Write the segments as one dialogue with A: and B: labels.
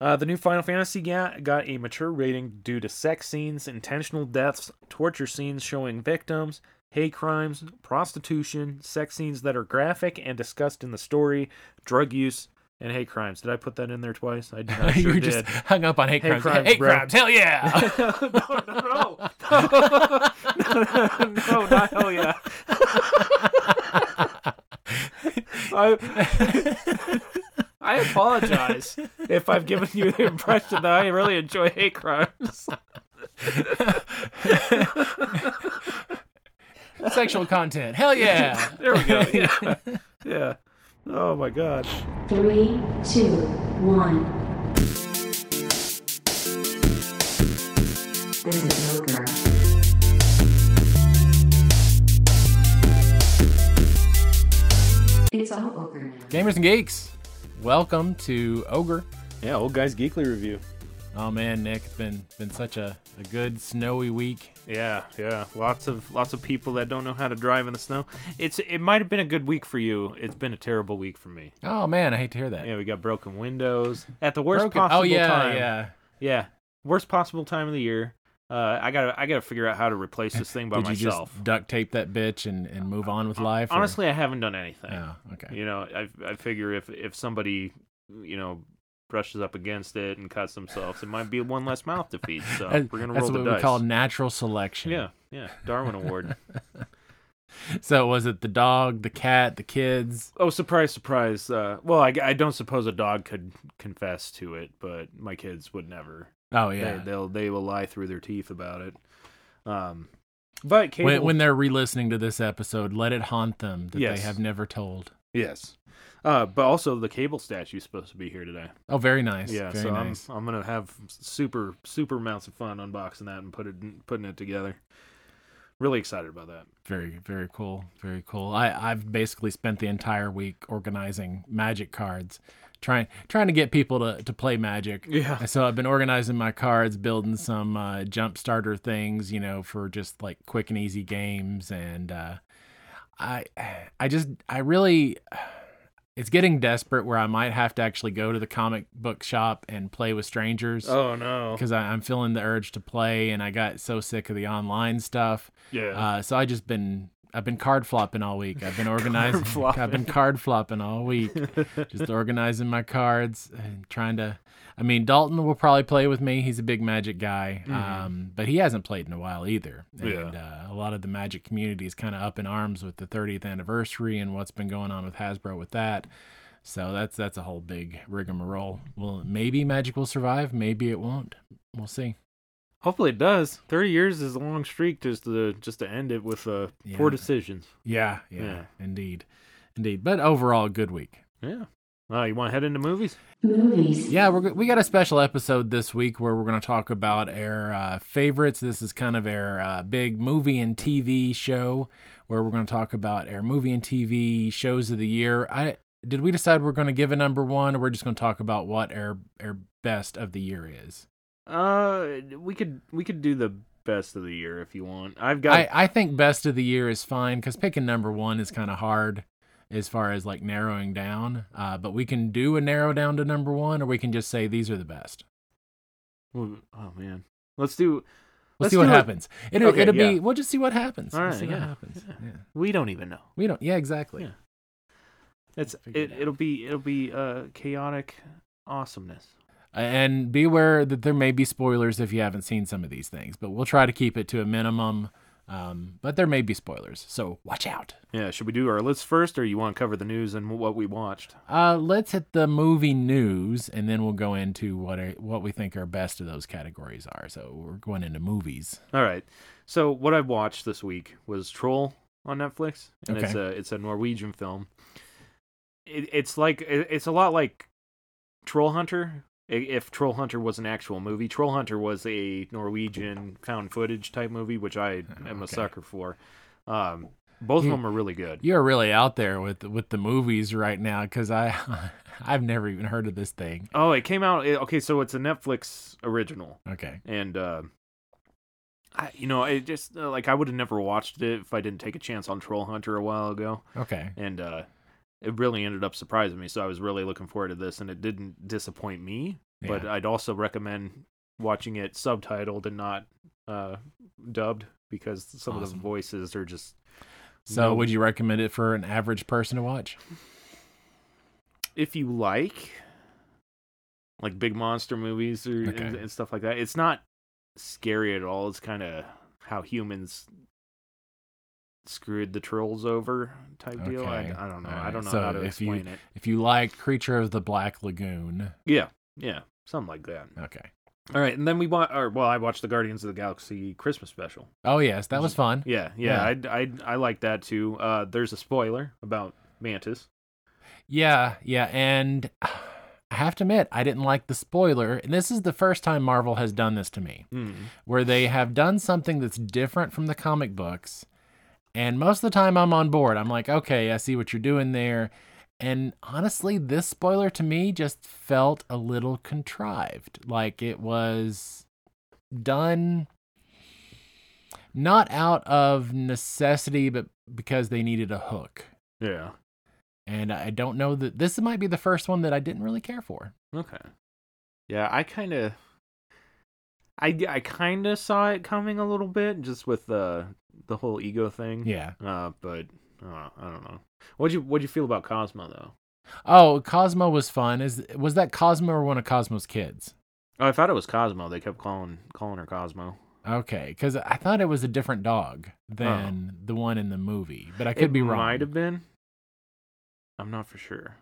A: Uh, the new Final Fantasy ga- got a mature rating due to sex scenes, intentional deaths, torture scenes showing victims, hate crimes, prostitution, sex scenes that are graphic and discussed in the story, drug use, and hate crimes. Did I put that in there twice? I I
B: you
A: sure
B: were
A: did.
B: just hung up on hate,
A: Hate
B: crimes.
A: crimes,
B: hate
A: bro.
B: crimes. Hell yeah.
A: no, no, no, no, no, not hell yeah. I, I apologize if I've given you the impression that I really enjoy hate crimes.
B: Sexual content. Hell yeah.
A: There we go. Yeah. yeah. Oh my god.
C: Three, two, one. This is Joker. It's all over now.
B: Gamers and geeks, welcome to Ogre.
A: Yeah, old guys geekly review.
B: Oh man, Nick, it's been been such a, a good snowy week.
A: Yeah, yeah. Lots of lots of people that don't know how to drive in the snow. It's it might have been a good week for you. It's been a terrible week for me.
B: Oh man, I hate to hear that.
A: Yeah, we got broken windows at the worst
B: Broken-
A: possible
B: oh yeah,
A: time.
B: yeah.
A: Yeah, worst possible time of the year. Uh, I gotta, I gotta figure out how to replace this thing by
B: Did
A: myself. Uh,
B: you just duct tape that bitch and, and move on with life? or-
A: Honestly, I haven't done anything.
B: Oh, okay.
A: You know, I, I figure if if somebody, you know, brushes up against it and cuts themselves, it might be one less mouth to feed. So
B: That-
A: we're gonna
B: That's
A: roll
B: what
A: the
B: we
A: dice.
B: call natural selection.
A: yeah, yeah, Darwin Award.
B: So was it the dog, the cat, the kids?
A: oh, surprise, surprise. Uh, well, I, I don't suppose a dog could confess to it, but my kids would never.
B: Oh yeah.
A: They, they'll they will lie through their teeth about it. Um, but Cable,
B: when, when they're re-listening to this episode, let it haunt them that
A: Yes.
B: they have never told.
A: yes, uh, but also the Cable statue's supposed to be here today.
B: Oh, very nice.
A: yeah,
B: very
A: so
B: nice.
A: I'm I'm gonna have super super amounts of fun unboxing that and put it putting it together. Really excited about that.
B: Very, very cool. Very cool. I, I've basically spent the entire week organizing magic cards, trying trying to get people to, to play magic.
A: Yeah.
B: And So I've been organizing my cards, building some uh, jump starter things, you know, for just like quick and easy games, and uh, I I just I really it's getting desperate where I might have to actually go to the comic book shop and play with strangers.
A: Oh no.
B: because I'm feeling the urge to play, and I got so sick of the online stuff.
A: Yeah.
B: Uh, so I just been I've been card flopping all week. I've been organizing. I've been card flopping all week, just organizing my cards and trying to. I mean, Dalton will probably play with me. He's a big Magic guy, um, but he hasn't played in a while either. And uh, a lot of the Magic community is kind of up in arms with the 30th anniversary and what's been going on with Hasbro with that. So that's that's a whole big rigmarole. Well, maybe Magic will survive. Maybe it won't. We'll see.
A: Hopefully it does. Thirty years is a long streak just to just to end it with uh, poor
B: Yeah.
A: decisions.
B: Yeah, yeah,
A: Yeah.
B: indeed, indeed. But overall, good week.
A: Yeah. Oh, you want to head into movies?
C: Movies.
B: Yeah, we're, we got a special episode this week where we're going to talk about our uh, favorites. This is kind of our uh, big movie and TV show where we're going to talk about our movie and TV shows of the year. I did we decide we're going to give a number one, or we're just going to talk about what our our best of the year is?
A: Uh, we could we could do the best of the year if you want. I've got.
B: I, I think best of the year is fine because picking number one is kind of hard as far as like narrowing down. Uh, but we can do a narrow down to number one, or we can just say these are the best.
A: oh man, let's do.
B: We'll
A: Let's
B: see what
A: do it.
B: happens. It'll,
A: Okay,
B: it'll
A: yeah.
B: be. We'll just see what happens.
A: All
B: We'll
A: right,
B: see what
A: yeah,
B: happens.
A: yeah.
B: Yeah.
A: We don't even know.
B: We don't. Yeah, exactly.
A: Yeah. It's
B: figure
A: it,
B: it out.
A: it'll be it'll be uh chaotic awesomeness.
B: And be aware that there may be spoilers if you haven't seen some of these things, but we'll try to keep it to a minimum. Um, but there may be spoilers, so watch out.
A: Yeah, should we do our list first, or you want to cover the news and what we watched?
B: Uh, let's hit the movie news, and then we'll go into what are, what we think our best of those categories are. So we're going into movies.
A: All right. So what I watched this week was Troll on Netflix, and it's
B: Okay.
A: a it's a Norwegian film. It, it's like it, it's a lot like Troll Hunter. I- If Troll Hunter was an actual movie, Troll Hunter was a Norwegian found footage type movie, which I am a
B: Oh, Okay. Hmm.
A: sucker for. Um, both
B: You-
A: of them are really good.
B: You're really out there with with the movies right now, because I I've never even heard of this thing.
A: Oh, it came out. It, okay, so it's a Netflix original.
B: Okay.
A: and uh, I, you know, I just uh, like I would have never watched it if I didn't take a chance on Troll Hunter a while ago,
B: Okay.
A: and uh, it really ended up surprising me. So I was really looking forward to this, and it didn't disappoint me. But
B: Yeah.
A: I'd also recommend watching it subtitled and not uh, dubbed because some of
B: Awesome.
A: the voices are just
B: so
A: no-
B: would you recommend it for an average person to watch?
A: if you like like big monster movies or
B: Okay.
A: and, and stuff like that it's not scary at all it's kind of how humans screwed the trolls over type deal I,
B: Okay.
A: I don't know i
B: Alright.
A: don't know
B: So
A: how to
B: if you-
A: explain it
B: If you like Creature of the Black Lagoon,
A: yeah yeah something like that
B: okay.
A: all right and then we want or well i watched the guardians of the galaxy christmas special
B: Oh yes, that was fun.
A: yeah yeah,
B: Yeah.
A: I, I i like that too uh there's a spoiler about mantis
B: Yeah, yeah, and I have to admit, I didn't like the spoiler. And this is the first time Marvel has done this to me,
A: mm.
B: where they have done something that's different from the comic books. And most of the time, I'm on board. I'm like, okay, I see what you're doing there. And honestly, this spoiler to me just felt a little contrived. Like it was done not out of necessity, but because they needed a hook
A: yeah
B: and I don't know that this might be the first one that I didn't really care for.
A: Okay. Yeah, I kind of, I I kind of saw it coming a little bit, just with the the whole ego thing.
B: Yeah.
A: Uh, but uh, I don't know. What'd you What'd you feel about Cosmo though?
B: Oh, Cosmo was fun. Is was that Cosmo or one of Cosmo's kids?
A: Oh, I thought it was Cosmo. They kept calling calling her Cosmo.
B: Okay, because I thought it was a different dog than the one in the movie, but I could
A: Oh. it
B: be wrong.
A: Might have been. I'm not for sure.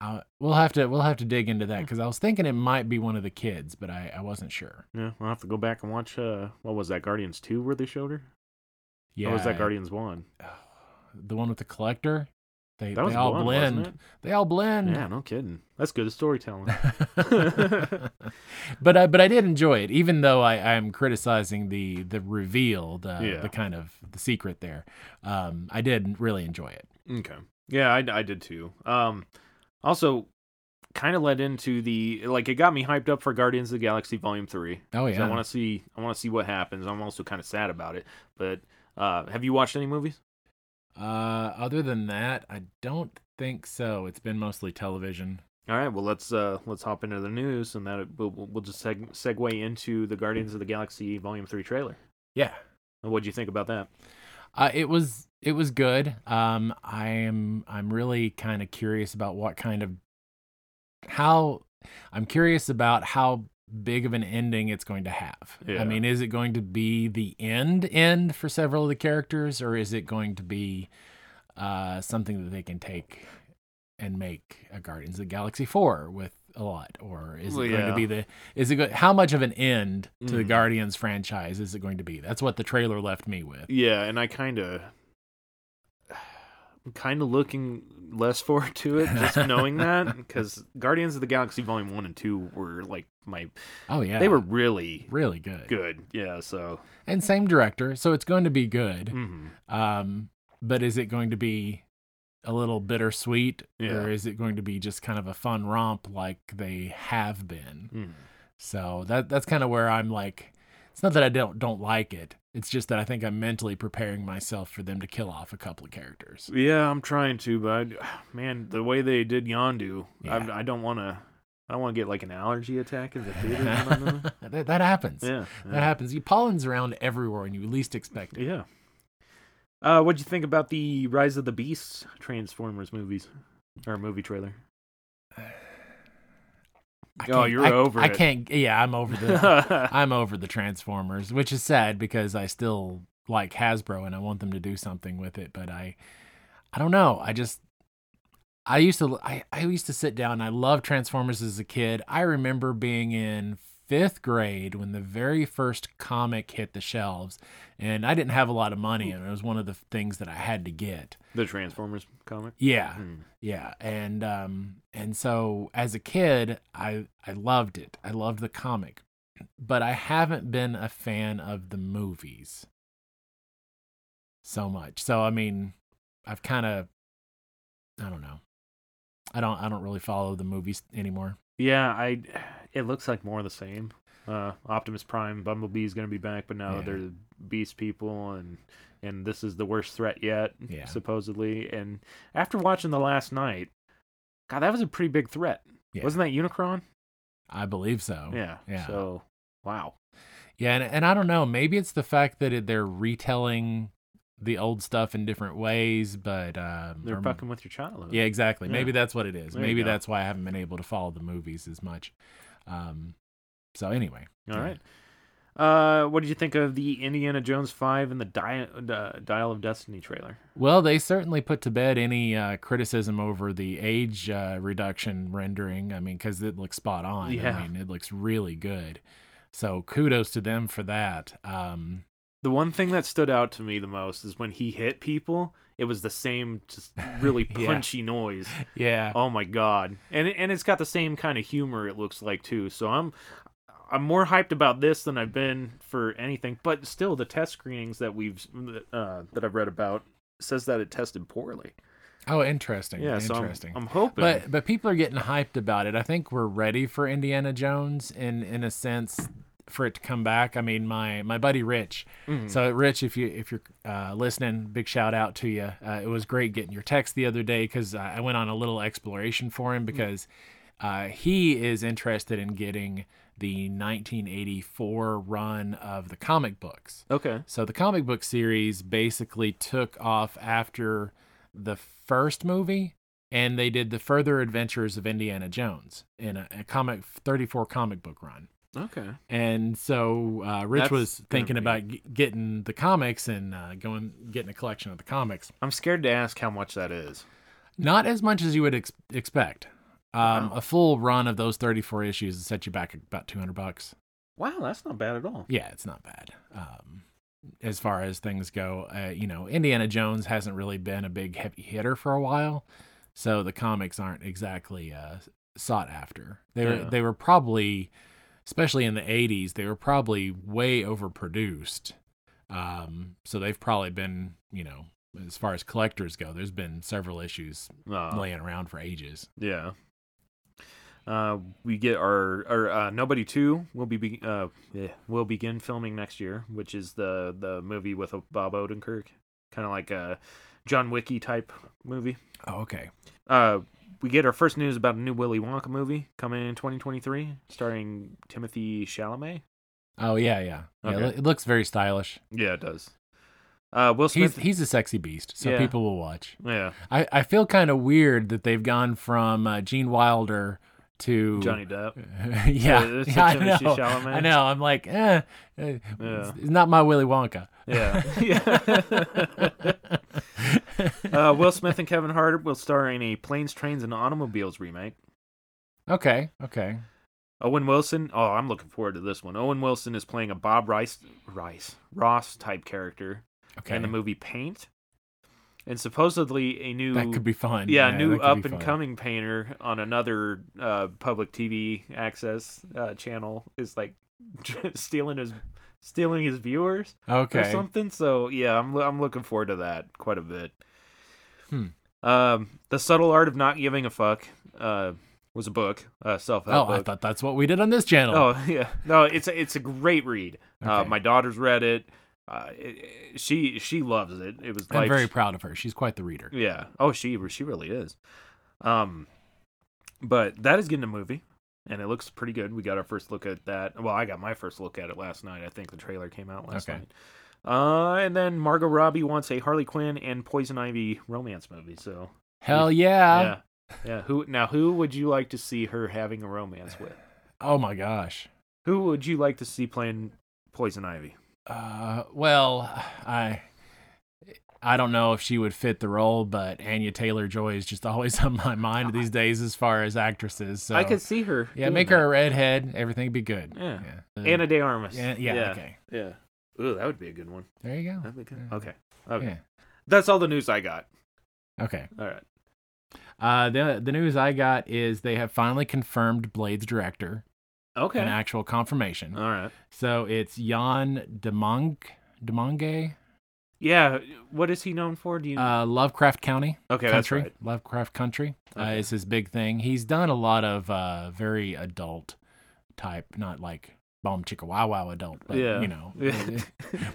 B: Uh, we'll have to we'll have to dig into that
A: Hmm.
B: because I was thinking it might be one of the kids, but I, I wasn't sure.
A: Yeah, I'll have to go back and watch. Uh, what was that Guardians two where they showed her?
B: Yeah,
A: Or was Oh, that Guardians one?
B: the one with the collector? They
A: That was
B: they all
A: one,
B: blend.
A: Wasn't
B: They all blend.
A: it? Yeah, no kidding. That's good storytelling.
B: but I but I did enjoy it, even though I I am criticizing the the reveal, the
A: Yeah.
B: the kind of the secret there. Um, I did really enjoy it.
A: Okay. Yeah, I, I did too. Um, also, kind of led into the like it got me hyped up for Guardians of the Galaxy Volume Three.
B: Oh
A: 'Cause
B: yeah,
A: I want to see. I want to see what happens. I'm also kind of sad about it. But uh, have you watched any movies?
B: uh, other than that, I don't think so. It's been mostly television.
A: All right. Well, let's uh, let's hop into the news, and that we'll, we'll just seg- segue into the Guardians of the Galaxy Volume Three trailer.
B: Yeah,
A: And What would you think about that?
B: uh, it was it was good. Um, I am I'm really kind of curious about what kind of how I'm curious about how big of an ending it's going to have.
A: Yeah.
B: I mean, is it going to be the end end for several of the characters, or is it going to be uh, something that they can take and make a Guardians of the Galaxy four with a lot, or is it
A: Well,
B: going
A: yeah.
B: to be the is it go- how much of an end to the
A: Mm.
B: Guardians franchise is it going to be? That's what the trailer left me with.
A: Yeah, and I kind of. I'm kind of looking less forward to it just knowing that because Guardians of the Galaxy Volume 1 and 2 were like my
B: Oh yeah,
A: they were really
B: really good.
A: good. Yeah, so
B: and same director so it's going to be good
A: mhm.
B: um but is it going to be a little bittersweet
A: Yeah.
B: or is it going to be just kind of a fun romp like they have been
A: Mhm.
B: so that that's kind of where i'm like it's not that i don't don't like it it's just that i think i'm mentally preparing myself for them to kill off a couple of characters
A: Yeah, I'm trying to, but I, man, the way they did Yondu,
B: Yeah.
A: I, I don't want to I don't want to get like an allergy attack in the theater. when I'm in there.
B: that, that happens
A: yeah.
B: that happens you pollen's around everywhere and you least expect it
A: Yeah. Uh, what'd you think about the Rise of the Beasts Transformers movies or movie trailer?
B: I
A: Oh,
B: can't-
A: you're
B: I-
A: over
B: i
A: it.
B: can't yeah i'm over the I'm over the Transformers, which is sad because I still like Hasbro and I want them to do something with it, but I I don't know. I just I used to I, I used to sit down. I loved Transformers as a kid. I remember being in 5th grade when the very first comic hit the shelves and I didn't have a lot of money and it was one of the things that I had to get.
A: the Transformers comic.
B: Yeah.
A: Hmm.
B: Yeah, and um and so as a kid, I I loved it. I loved the comic. But I haven't been a fan of the movies so much. So I mean, I've kind of I don't know. I don't I don't really follow the movies anymore.
A: Yeah, I. It looks like more of the same. Uh, Optimus Prime, Bumblebee's gonna be back, but now
B: Yeah.
A: they're the beast people, and and this is the worst threat yet,
B: Yeah.
A: supposedly. And after watching the last night, God, that was a pretty big threat.
B: Yeah.
A: Wasn't that Unicron?
B: I believe so.
A: Yeah.
B: Yeah.
A: So, wow.
B: Yeah, and, and I don't know. Maybe it's the fact that it, they're retelling the old stuff in different ways, but um,
A: They're
B: or-
A: fucking with your childhood.
B: Yeah, exactly. Maybe
A: Yeah.
B: that's what it is.
A: There you
B: Maybe
A: go.
B: that's why I haven't been able to follow the movies as much. Um, so anyway,
A: All
B: yeah.
A: right. Uh, what did you think of the Indiana Jones 5 and the Dia- uh, Dial of Destiny trailer?
B: Well, they certainly put to bed any uh, criticism over the age uh, reduction rendering. I mean, because it looks spot on.
A: Yeah.
B: I mean, it looks really good. So kudos to them for that. Um,
A: The one thing that stood out to me the most is when he hit people, it was the same just really
B: Yeah.
A: punchy noise.
B: yeah.
A: Oh my god. And it- and it's got the same kind of humor it looks like too. So I'm I'm more hyped about this than I've been for anything, but still the test screenings that we've uh, that I've read about says that it tested poorly.
B: Oh, interesting.
A: Yeah, so I'm,
B: interesting.
A: I'm hoping.
B: but but people are getting hyped about it. I think we're ready for Indiana Jones in in a sense for it to come back. I mean, my my buddy Rich. So Rich, if you if you're uh, listening, big shout out to you. Uh, it was great getting your text the other day because I I went on a little exploration for him because uh, he is interested in getting the 1984 run of the comic books.
A: okay.
B: So the comic book series basically took off after the first movie, and they did the further adventures of Indiana Jones in a, a comic 34 comic book run.
A: Okay.
B: And so uh, Rich
A: That's
B: was
A: gonna
B: thinking
A: be-
B: about g- getting the comics and uh, going getting a collection of the comics.
A: I'm scared to ask how much that is.
B: Not as much as you would ex- expect. Um, A full run of those 34 issues would set you back about 200 bucks.
A: Wow, that's not bad at all.
B: yeah, it's not bad. Um, as far as things go, uh, you know, Indiana Jones hasn't really been a big heavy hitter for a while, so the comics aren't exactly uh, sought after. They were
A: Yeah.
B: they were probably, especially in the '80s, they were probably way overproduced. Um, so they've probably been, you know, as far as collectors go, there's been several issues
A: Uh,
B: laying around for ages.
A: Yeah. Uh, we get our our uh, nobody two will be, be uh yeah, will begin filming next year, which is the the movie with uh, Bob Odenkirk, kind of like a John Wicky type movie.
B: Oh, okay.
A: Uh, we get our first news about a new Willy Wonka movie coming in 2023, starring Timothy Chalamet.
B: Oh yeah, yeah. yeah
A: Okay.
B: it looks very stylish.
A: Yeah, it does. Uh, Will
B: He's
A: Smith.
B: he's a sexy beast, so
A: Yeah.
B: people will watch.
A: yeah,
B: I, I feel kind of weird that they've gone from uh, Gene Wilder to
A: Johnny Depp.
B: yeah,
A: To- to
B: yeah, I know.
A: Timothée Chalamet.
B: I know. I'm like, eh, eh,
A: Yeah.
B: it's, it's not my Willy Wonka.
A: Yeah. uh, Will Smith and Kevin Hart will star in a Planes, Trains, and Automobiles remake.
B: okay, okay.
A: Owen Wilson. Oh, I'm looking forward to this one. Owen Wilson is playing a Bob Rice, Rice Ross type character
B: Okay.
A: in the movie Paint, and supposedly a new
B: that could be fun.
A: yeah,
B: that
A: new
B: could be
A: up and
B: fun.
A: coming painter on another uh, public TV access uh, channel is like stealing his stealing his viewers or
B: Okay.
A: something. So yeah, I'm I'm looking forward to that quite a bit.
B: Hmm.
A: Um, the subtle art of not giving a fuck uh, was a book, a self
B: Oh,
A: help
B: I
A: book.
B: thought that's what we did on this channel.
A: Oh yeah, no, it's a, it's a great read. Uh,
B: Okay.
A: my daughter's read it. Uh, it, it- She she loves it. It was
B: I'm
A: like
B: very proud of her. She's quite the reader.
A: yeah. Oh, she she really is. Um, but that is getting a movie, and it looks pretty good. We got our first look at that. Well, I got my first look at it last night. I think the trailer came out last
B: Okay.
A: night. Uh, and then Margot Robbie wants a Harley Quinn and Poison Ivy romance movie. So
B: Hell yeah.
A: yeah, yeah. Who now? Who would you like to see her having a romance with?
B: Oh my gosh.
A: Who would you like to see playing Poison Ivy?
B: Uh, well, I I don't know if she would fit the role, but Anya Taylor Joy is just always on my mind these days as far as actresses. So
A: I could see her.
B: yeah,
A: doing
B: make her a redhead. Everything would be good.
A: Yeah.
B: Uh,
A: that. Anna De Armas.
B: yeah, yeah,
A: yeah.
B: Okay.
A: Yeah. Ooh, that would be a good one.
B: There you go.
A: That'd be good.
B: Yeah.
A: Okay. Okay.
B: Yeah.
A: That's all the news I got.
B: Okay.
A: All right.
B: Uh, the the news I got is they have finally confirmed Blade's director,
A: Okay. Uh.
B: an actual confirmation.
A: all right.
B: so it's Jan Demong Demonge,
A: Yeah. What is he known for? Do you?
B: uh, Lovecraft County.
A: okay, that's
B: country
A: right.
B: lovecraft country uh,
A: Okay.
B: is his big thing he's done a lot of uh, very adult type not like bomb chicka wow wow adult but
A: Yeah.
B: you know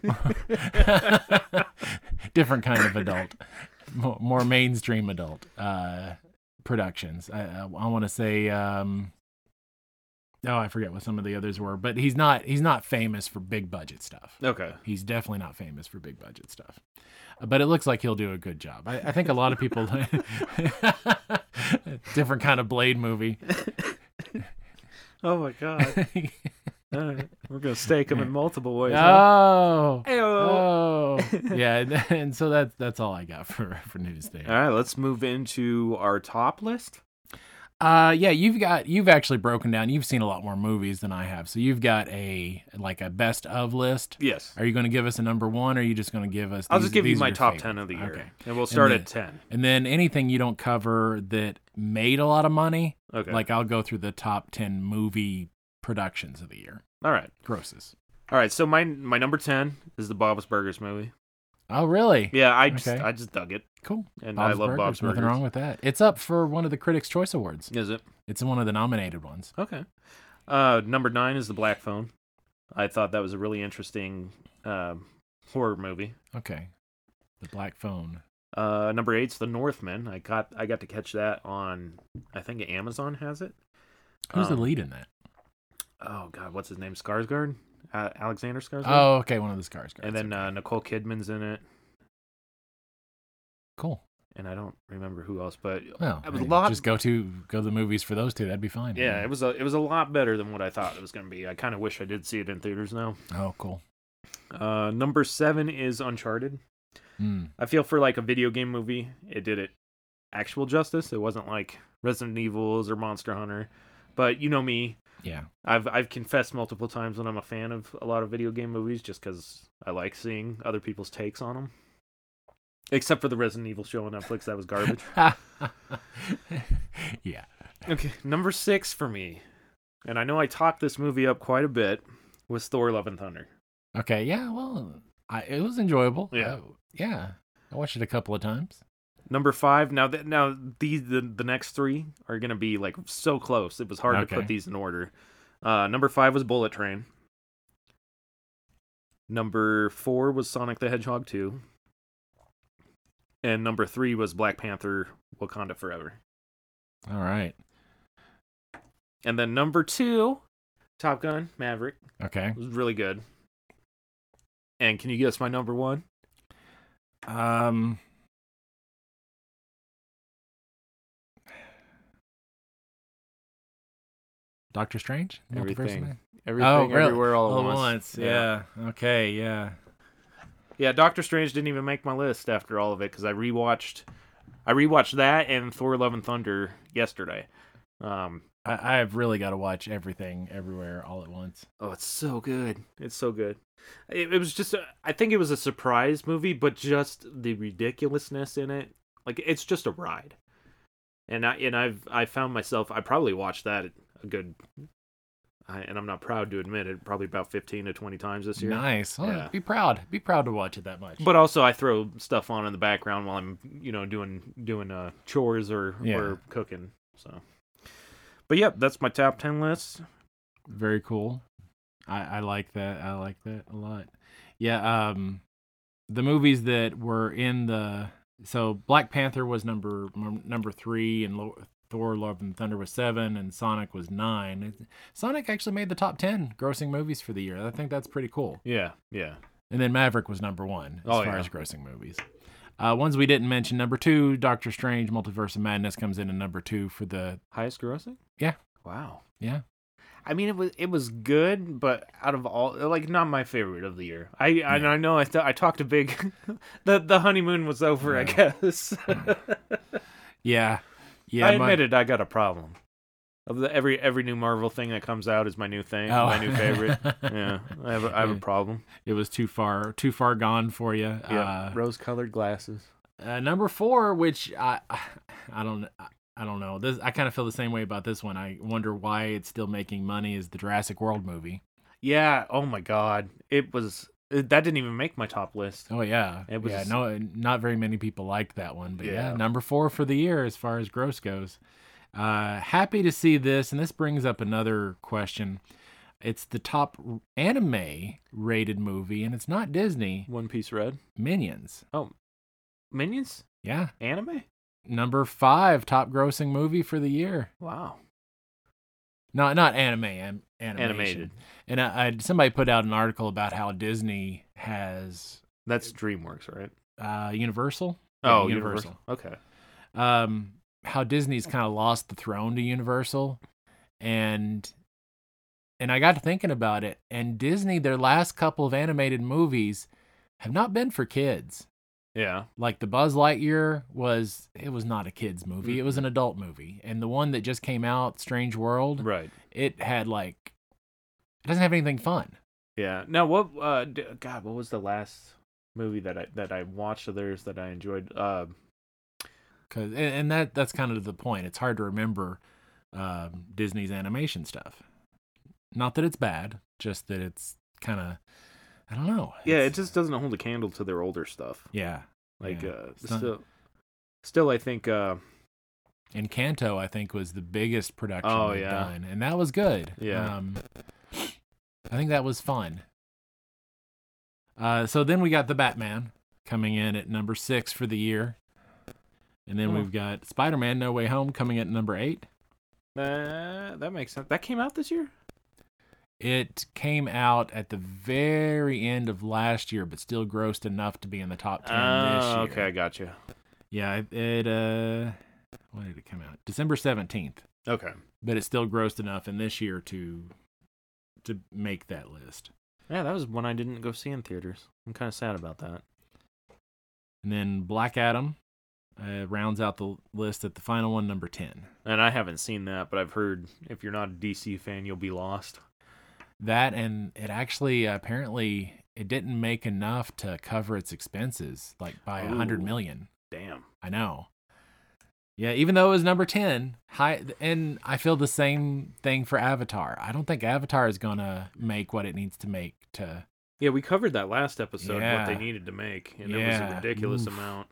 A: Yeah.
B: different kind of adult more, more mainstream adult uh, productions i, I, I want to say um, oh, I forget what some of the others were, but he's not he's not famous for big budget stuff.
A: Okay.
B: He's definitely not famous for big budget stuff, Uh, but it looks like he'll do a good job. I, I think a lot of people different kind of Blade movie.
A: Oh my god. All right. We're gonna stake him in multiple ways. huh?
B: oh,
A: Ayo.
B: oh, yeah, and, and so that's that's all I got for for news today.
A: All right. Let's move into our top list.
B: Uh, yeah, you've got you've actually broken down. You've seen a lot more movies than I have, so you've got a like a best of list.
A: Yes.
B: Are you going to give us a number one, or are you just going to give us?
A: I'll
B: these-
A: just give you
B: these are
A: my
B: your
A: top
B: favorites?
A: ten of the year,
B: Okay.
A: and we'll start
B: then-
A: at ten.
B: And then anything you don't cover that made a lot of money,
A: Okay.
B: like I'll go through the top ten movie productions of the year,
A: All right.
B: grosses.
A: All right. So my my number ten is the Bob's Burgers movie.
B: Oh, really?
A: Yeah, I just
B: Okay.
A: I just dug it,
B: Cool.
A: and
B: Bob's
A: I love
B: Burgers.
A: Bob's Burgers.
B: Nothing wrong with that. It's up for one of the Critics' Choice Awards.
A: Is it
B: It's one of the nominated ones.
A: okay? Uh, number nine is the Black Phone. I thought that was a really interesting um horror movie.
B: Okay. The Black Phone.
A: Uh, number eight's The Northman. I got I got to catch that on I think Amazon has it.
B: Who's the
A: Um,
B: lead in that?
A: Oh God, what's his name? Skarsgård, uh, Alexander Skarsgård.
B: Oh, okay. One of the scars.
A: and then uh, Nicole Kidman's in it,
B: cool.
A: and I don't remember who else, but
B: Well,
A: it was a
B: hey,
A: lot.
B: Just go to go to the movies for those two. That'd be fine.
A: Yeah, it was a it was a lot better than what I thought it was going to be. I kind of wish I did see it in theaters now.
B: Oh, cool.
A: Uh, number seven is Uncharted.
B: Hmm.
A: I feel for like a video game movie, it did it actual justice. It wasn't like Resident Evils or Monster Hunter, but you know me,
B: Yeah.
A: I've I've confessed multiple times when I'm a fan of a lot of video game movies just because I like seeing other people's takes on them. Except for the Resident Evil show on Netflix, that was garbage.
B: yeah.
A: okay, number six for me, and I know I talked this movie up quite a bit, was Thor: Love and Thunder.
B: Okay. Yeah. Well, I, it was enjoyable.
A: Yeah.
B: I- yeah. I watched it a couple of times.
A: Number five. Now that now these the, the next three are gonna be like so close. It was hard to
B: Okay.
A: put these in order. Uh, number five was Bullet Train. Number four was Sonic the Hedgehog two. And number three was Black Panther: Wakanda Forever.
B: All right.
A: And then number two, Top Gun Maverick
B: Okay.
A: was really good. And can you guess my number one?
B: Um. Doctor Strange. Multiverse of
A: Everything.
B: Man?
A: Everything,
B: really?
A: everywhere, Oh, all at once.
B: Yeah. Okay. Yeah.
A: Yeah, Doctor Strange didn't even make my list after all of it because I rewatched, I rewatched that and Thor: Love and Thunder yesterday. Um,
B: I, I've really got to watch everything, everywhere, all at once.
A: oh, it's so good. It's so good. It, it was just, a, I think it was a surprise movie, but just the ridiculousness in it, like it's just a ride. And I and I've I found myself I probably watched that a good, I, and I'm not proud to admit it, probably about fifteen to twenty times this year.
B: Nice. Oh,
A: Yeah.
B: Be proud. Be proud to watch it that much.
A: But also, I throw stuff on in the background while I'm, you know, doing doing uh, chores or
B: Yeah.
A: or cooking. So, but yep, that's my top ten list.
B: Very cool. I, I like that. I like that a lot. Yeah. Um, the movies that were in the so Black Panther was number num- number three, and Lo- Thor: Love and Thunder was seven, and Sonic was nine. It- Sonic actually made the top ten grossing movies for the year. I think that's pretty cool.
A: Yeah, yeah.
B: And then Maverick was number one as
A: Oh,
B: far
A: yeah.
B: as grossing movies. Uh, ones we didn't mention. Number two, Doctor Strange: Multiverse of Madness comes in at number two for the
A: Highest grossing?
B: Yeah.
A: Wow.
B: yeah.
A: I mean, it was it was good, but out of all, like, not my favorite of the year. I and I know I th- I talked a big, the the honeymoon was over. I guess.
B: Yeah. Yeah.
A: I
B: my-
A: admitted I got a problem. Of the, every every new Marvel thing that comes out is my new thing,
B: Oh.
A: my new favorite. yeah, I have a, I have a problem.
B: it was too far too far gone for you. Uh,
A: rose colored glasses.
B: uh, number four, which I I don't I don't know. This I kind of feel the same way about this one. I wonder why it's still making money. Is the Jurassic World movie?
A: Yeah. Oh my God. It was it, that didn't even make my top list.
B: Oh yeah,
A: It was-
B: yeah. No, not very many people liked that one, but yeah.
A: Yeah.
B: number four for the year as far as gross goes. Uh, happy to see this, and this brings up another question. It's the top anime rated movie, and it's not Disney.
A: One Piece Red.
B: Minions.
A: Oh, Minions
B: Yeah,
A: anime.
B: number five top grossing movie for the year.
A: Wow.
B: Not not anime, am, animation.
A: Animated.
B: And I, I somebody put out an article about how Disney has
A: That's DreamWorks, right?
B: uh, Universal.
A: Oh,
B: Yeah,
A: Universal. Okay.
B: um, how Disney's kind of lost the throne to Universal, and and I got to thinking about it. And Disney, their last couple of animated movies, have not been for kids.
A: Yeah.
B: Like the Buzz Lightyear was, it was not a kids movie. It was an adult movie. And the one that just came out, Strange World,
A: Right.
B: it had like, it doesn't have anything fun.
A: Yeah. Now, what? Uh, d- God, what was the last movie that I that I watched of theirs that I enjoyed? Uh,
B: Cause and, and that that's kind of the point. It's hard to remember um, Disney's animation stuff. Not that it's bad, just that it's kind of I don't know.
A: yeah, it
B: It's-
A: just doesn't hold a candle to their older stuff.
B: yeah.
A: Like,
B: yeah.
A: uh,
B: It's not-
A: still, still, I think. Uh,
B: Encanto, I think, was the biggest production
A: Oh,
B: they've
A: yeah.
B: done, and that was good.
A: Yeah.
B: um, I think that was fun. Uh, so then we got the Batman coming in at number six for the year, and then
A: Hmm.
B: we've got Spider-Man: No Way Home coming at number eight.
A: uh, that makes sense. That came out this year.
B: It came out at the very end of last year, but still grossed enough to be in the top ten this
A: Ah,
B: year.
A: okay, I got you.
B: Yeah, it, it uh, when did it come out? December seventeenth.
A: Okay.
B: But it still grossed enough in this year to to make that list.
A: Yeah, that was one I didn't go see in theaters. I'm kind of sad about that.
B: And then Black Adam uh, rounds out the list at the final one, number ten.
A: And I haven't seen that, but I've heard if you're not a DC fan, you'll be lost.
B: That and it actually apparently it didn't make enough to cover its expenses, like by a hundred
A: Ooh.
B: million.
A: Damn.
B: I know. Yeah, even though it was number 10, high, and I feel the same thing for Avatar. I don't think Avatar is going to make what it needs to make to.
A: Yeah, we covered that last episode what
B: Yeah.
A: they needed to make, and it was
B: Yeah.
A: a ridiculous
B: Oof.
A: amount.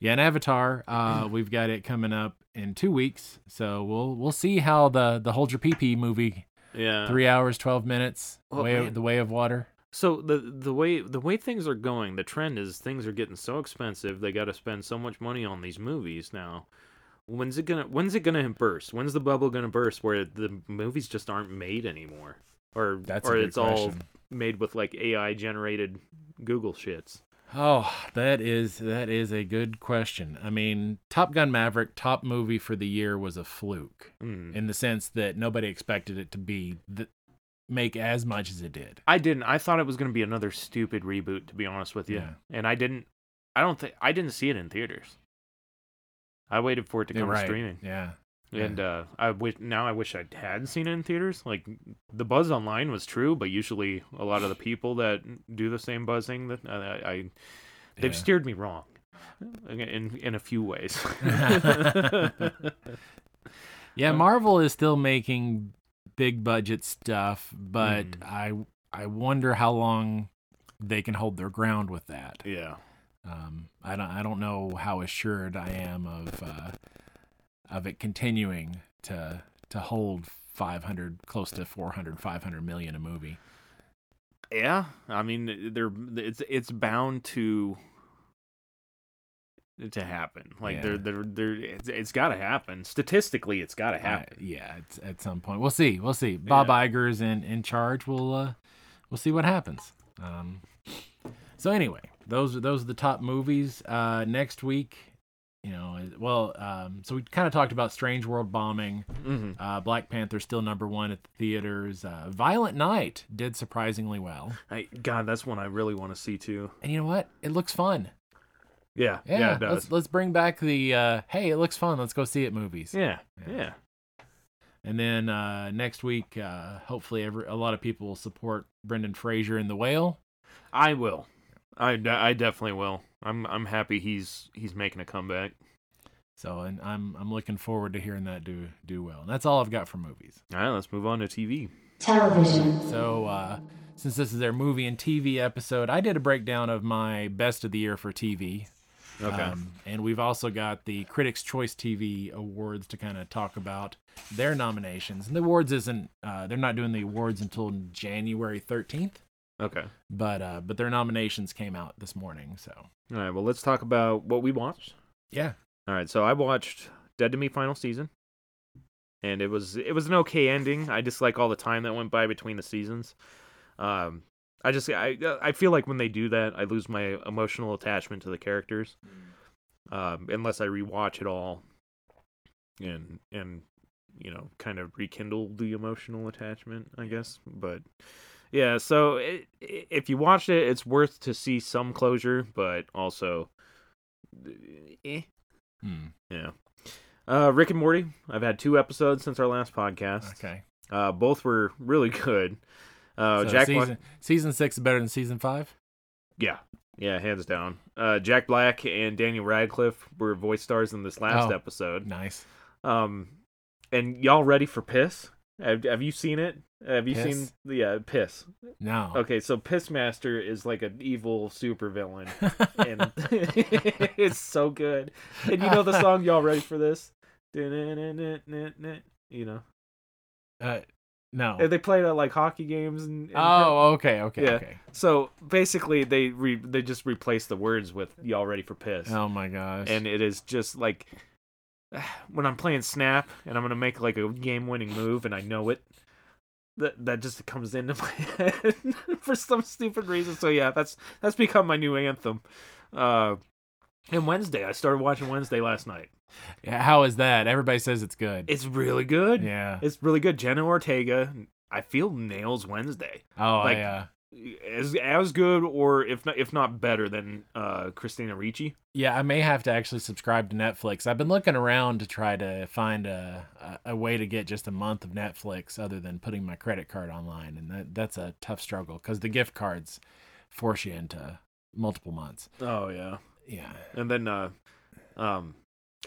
B: Yeah, and Avatar, uh, we've got it coming up in 2 weeks. So we'll we'll see how the the Hold Your Pee Pee movie,
A: Yeah.
B: 3 hours 12 minutes,
A: Oh,
B: way,
A: man.
B: The Way of Water.
A: So the the way the way things are going, the trend is things are getting so expensive. They got to spend so much money on these movies now. When's it gonna When's it gonna burst? When's the bubble gonna burst where the movies just aren't made anymore, or
B: That's a
A: or
B: good
A: it's
B: question.
A: all made with like AI generated Google shits?
B: Oh, that is that is a good question. I mean, Top Gun Maverick top movie for the year was a fluke.
A: Mm.
B: in the sense that nobody expected it to be th- make as much as it did.
A: I didn't. I thought it was gonna be another stupid reboot, to be honest with you.
B: Yeah.
A: And I didn't. I don't think I didn't see it in theaters. I waited for it to
B: Yeah,
A: come to streaming.
B: Yeah. Yeah.
A: And uh, I wish now I wish I had seen it in theaters. Like the buzz online was true, but usually a lot of the people that do the same buzzing, that uh, I, I they've
B: Yeah.
A: steered me wrong uh, in in a few ways.
B: Yeah,
A: Uh,
B: Marvel is still making big budget stuff, but
A: Mm.
B: I I wonder how long they can hold their ground with that.
A: yeah,
B: Um, I don't I don't know how assured I am of uh, of it continuing to to hold 500 close to 400 500 million a movie.
A: yeah. I mean, they're it's it's bound to to happen. Like
B: Yeah.
A: they're they're they're it's, it's got to happen. Statistically, it's got to
B: Uh,
A: happen.
B: yeah, it's, at some point we'll see. We'll see. Bob Iger is in in charge. We'll uh, we'll see what happens. Um, so anyway, those are those are the top movies. Uh, next week, you know, is- well, um, so we kind of talked about Strange World bombing.
A: Mm-hmm.
B: Uh, Black Panther still number one at the theaters. Uh, Violent Night did surprisingly well,
A: I, God, that's one I really want to see too.
B: and you know what? It looks fun.
A: Yeah, yeah,
B: Yeah,
A: it does.
B: let's let's bring back the uh, hey, it looks fun. Let's go see it movies.
A: Yeah,
B: Yeah.
A: yeah.
B: And then uh, next week, uh, hopefully, every, a lot of people will support Brendan Fraser in The Whale.
A: I will. I, de- I definitely will. I'm I'm happy he's he's making a comeback.
B: So, and I'm I'm looking forward to hearing that do do well. And that's all I've got for movies.
A: All right, let's move on to TV.
C: television,
B: So, uh, since this is their movie and TV episode, I did a breakdown of my best of the year for TV.
A: Okay.
B: Um, and we've also got the Critics' Choice TV Awards to kind of talk about their nominations. And the awards isn't uh, they're not doing the awards until January 13th,
A: okay.
B: but uh, but their nominations came out this morning. So.
A: All right. Well, let's talk about what we watched.
B: Yeah.
A: All right. So I watched Dead to Me final season, and it was it was an okay ending. I just like all the time that went by between the seasons. Um, I just I I feel like when they do that, I lose my emotional attachment to the characters, um, unless I rewatch it all, and and you know kind of rekindle the emotional attachment, I guess. But yeah, so it, i if you watched it, it's worth to see some closure, but also, eh.
B: Hmm.
A: yeah. Uh, Rick and Morty. I've had two episodes since our last podcast.
B: Okay.
A: Uh, both were really good. Uh,
B: So
A: Jack. Black-
B: season, season six is better than season five.
A: Yeah. Yeah, hands down. Uh, Jack Black and Daniel Radcliffe were voice stars in this last
B: Oh.
A: episode.
B: Nice.
A: Um, and y'all ready for Piss? Have, have you seen it? Have you seen
B: Piss?
A: the yeah, Piss?
B: No.
A: Okay, so Pissmaster is like an evil supervillain, and it's so good. And you know the song y'all ready for this? Du-na-na-na-na-na, You know,
B: Uh, no.
A: and they play it at like hockey games and, and
B: oh, okay, okay,
A: Yeah.
B: okay.
A: so basically they re- they just replace the words with y'all ready for piss.
B: Oh my gosh.
A: and it is just like when I'm playing snap and I'm gonna make like a game winning move and I know it. That that just comes into my head for some stupid reason. So yeah, that's that's become my new anthem. Uh, and Wednesday, I started watching Wednesday last night.
B: Yeah, how is that? Everybody says it's good.
A: It's really good.
B: yeah.
A: It's really good. Jenna Ortega, I feel nails Wednesday.
B: oh,
A: like-
B: I, uh,
A: As as good or if not if not better than uh, Christina Ricci.
B: yeah. I may have to actually subscribe to Netflix. I've been looking around to try to find a a, a way to get just a month of Netflix other than putting my credit card online, and that that's a tough struggle because the gift cards force you into multiple months.
A: Oh yeah.
B: Yeah.
A: And then uh um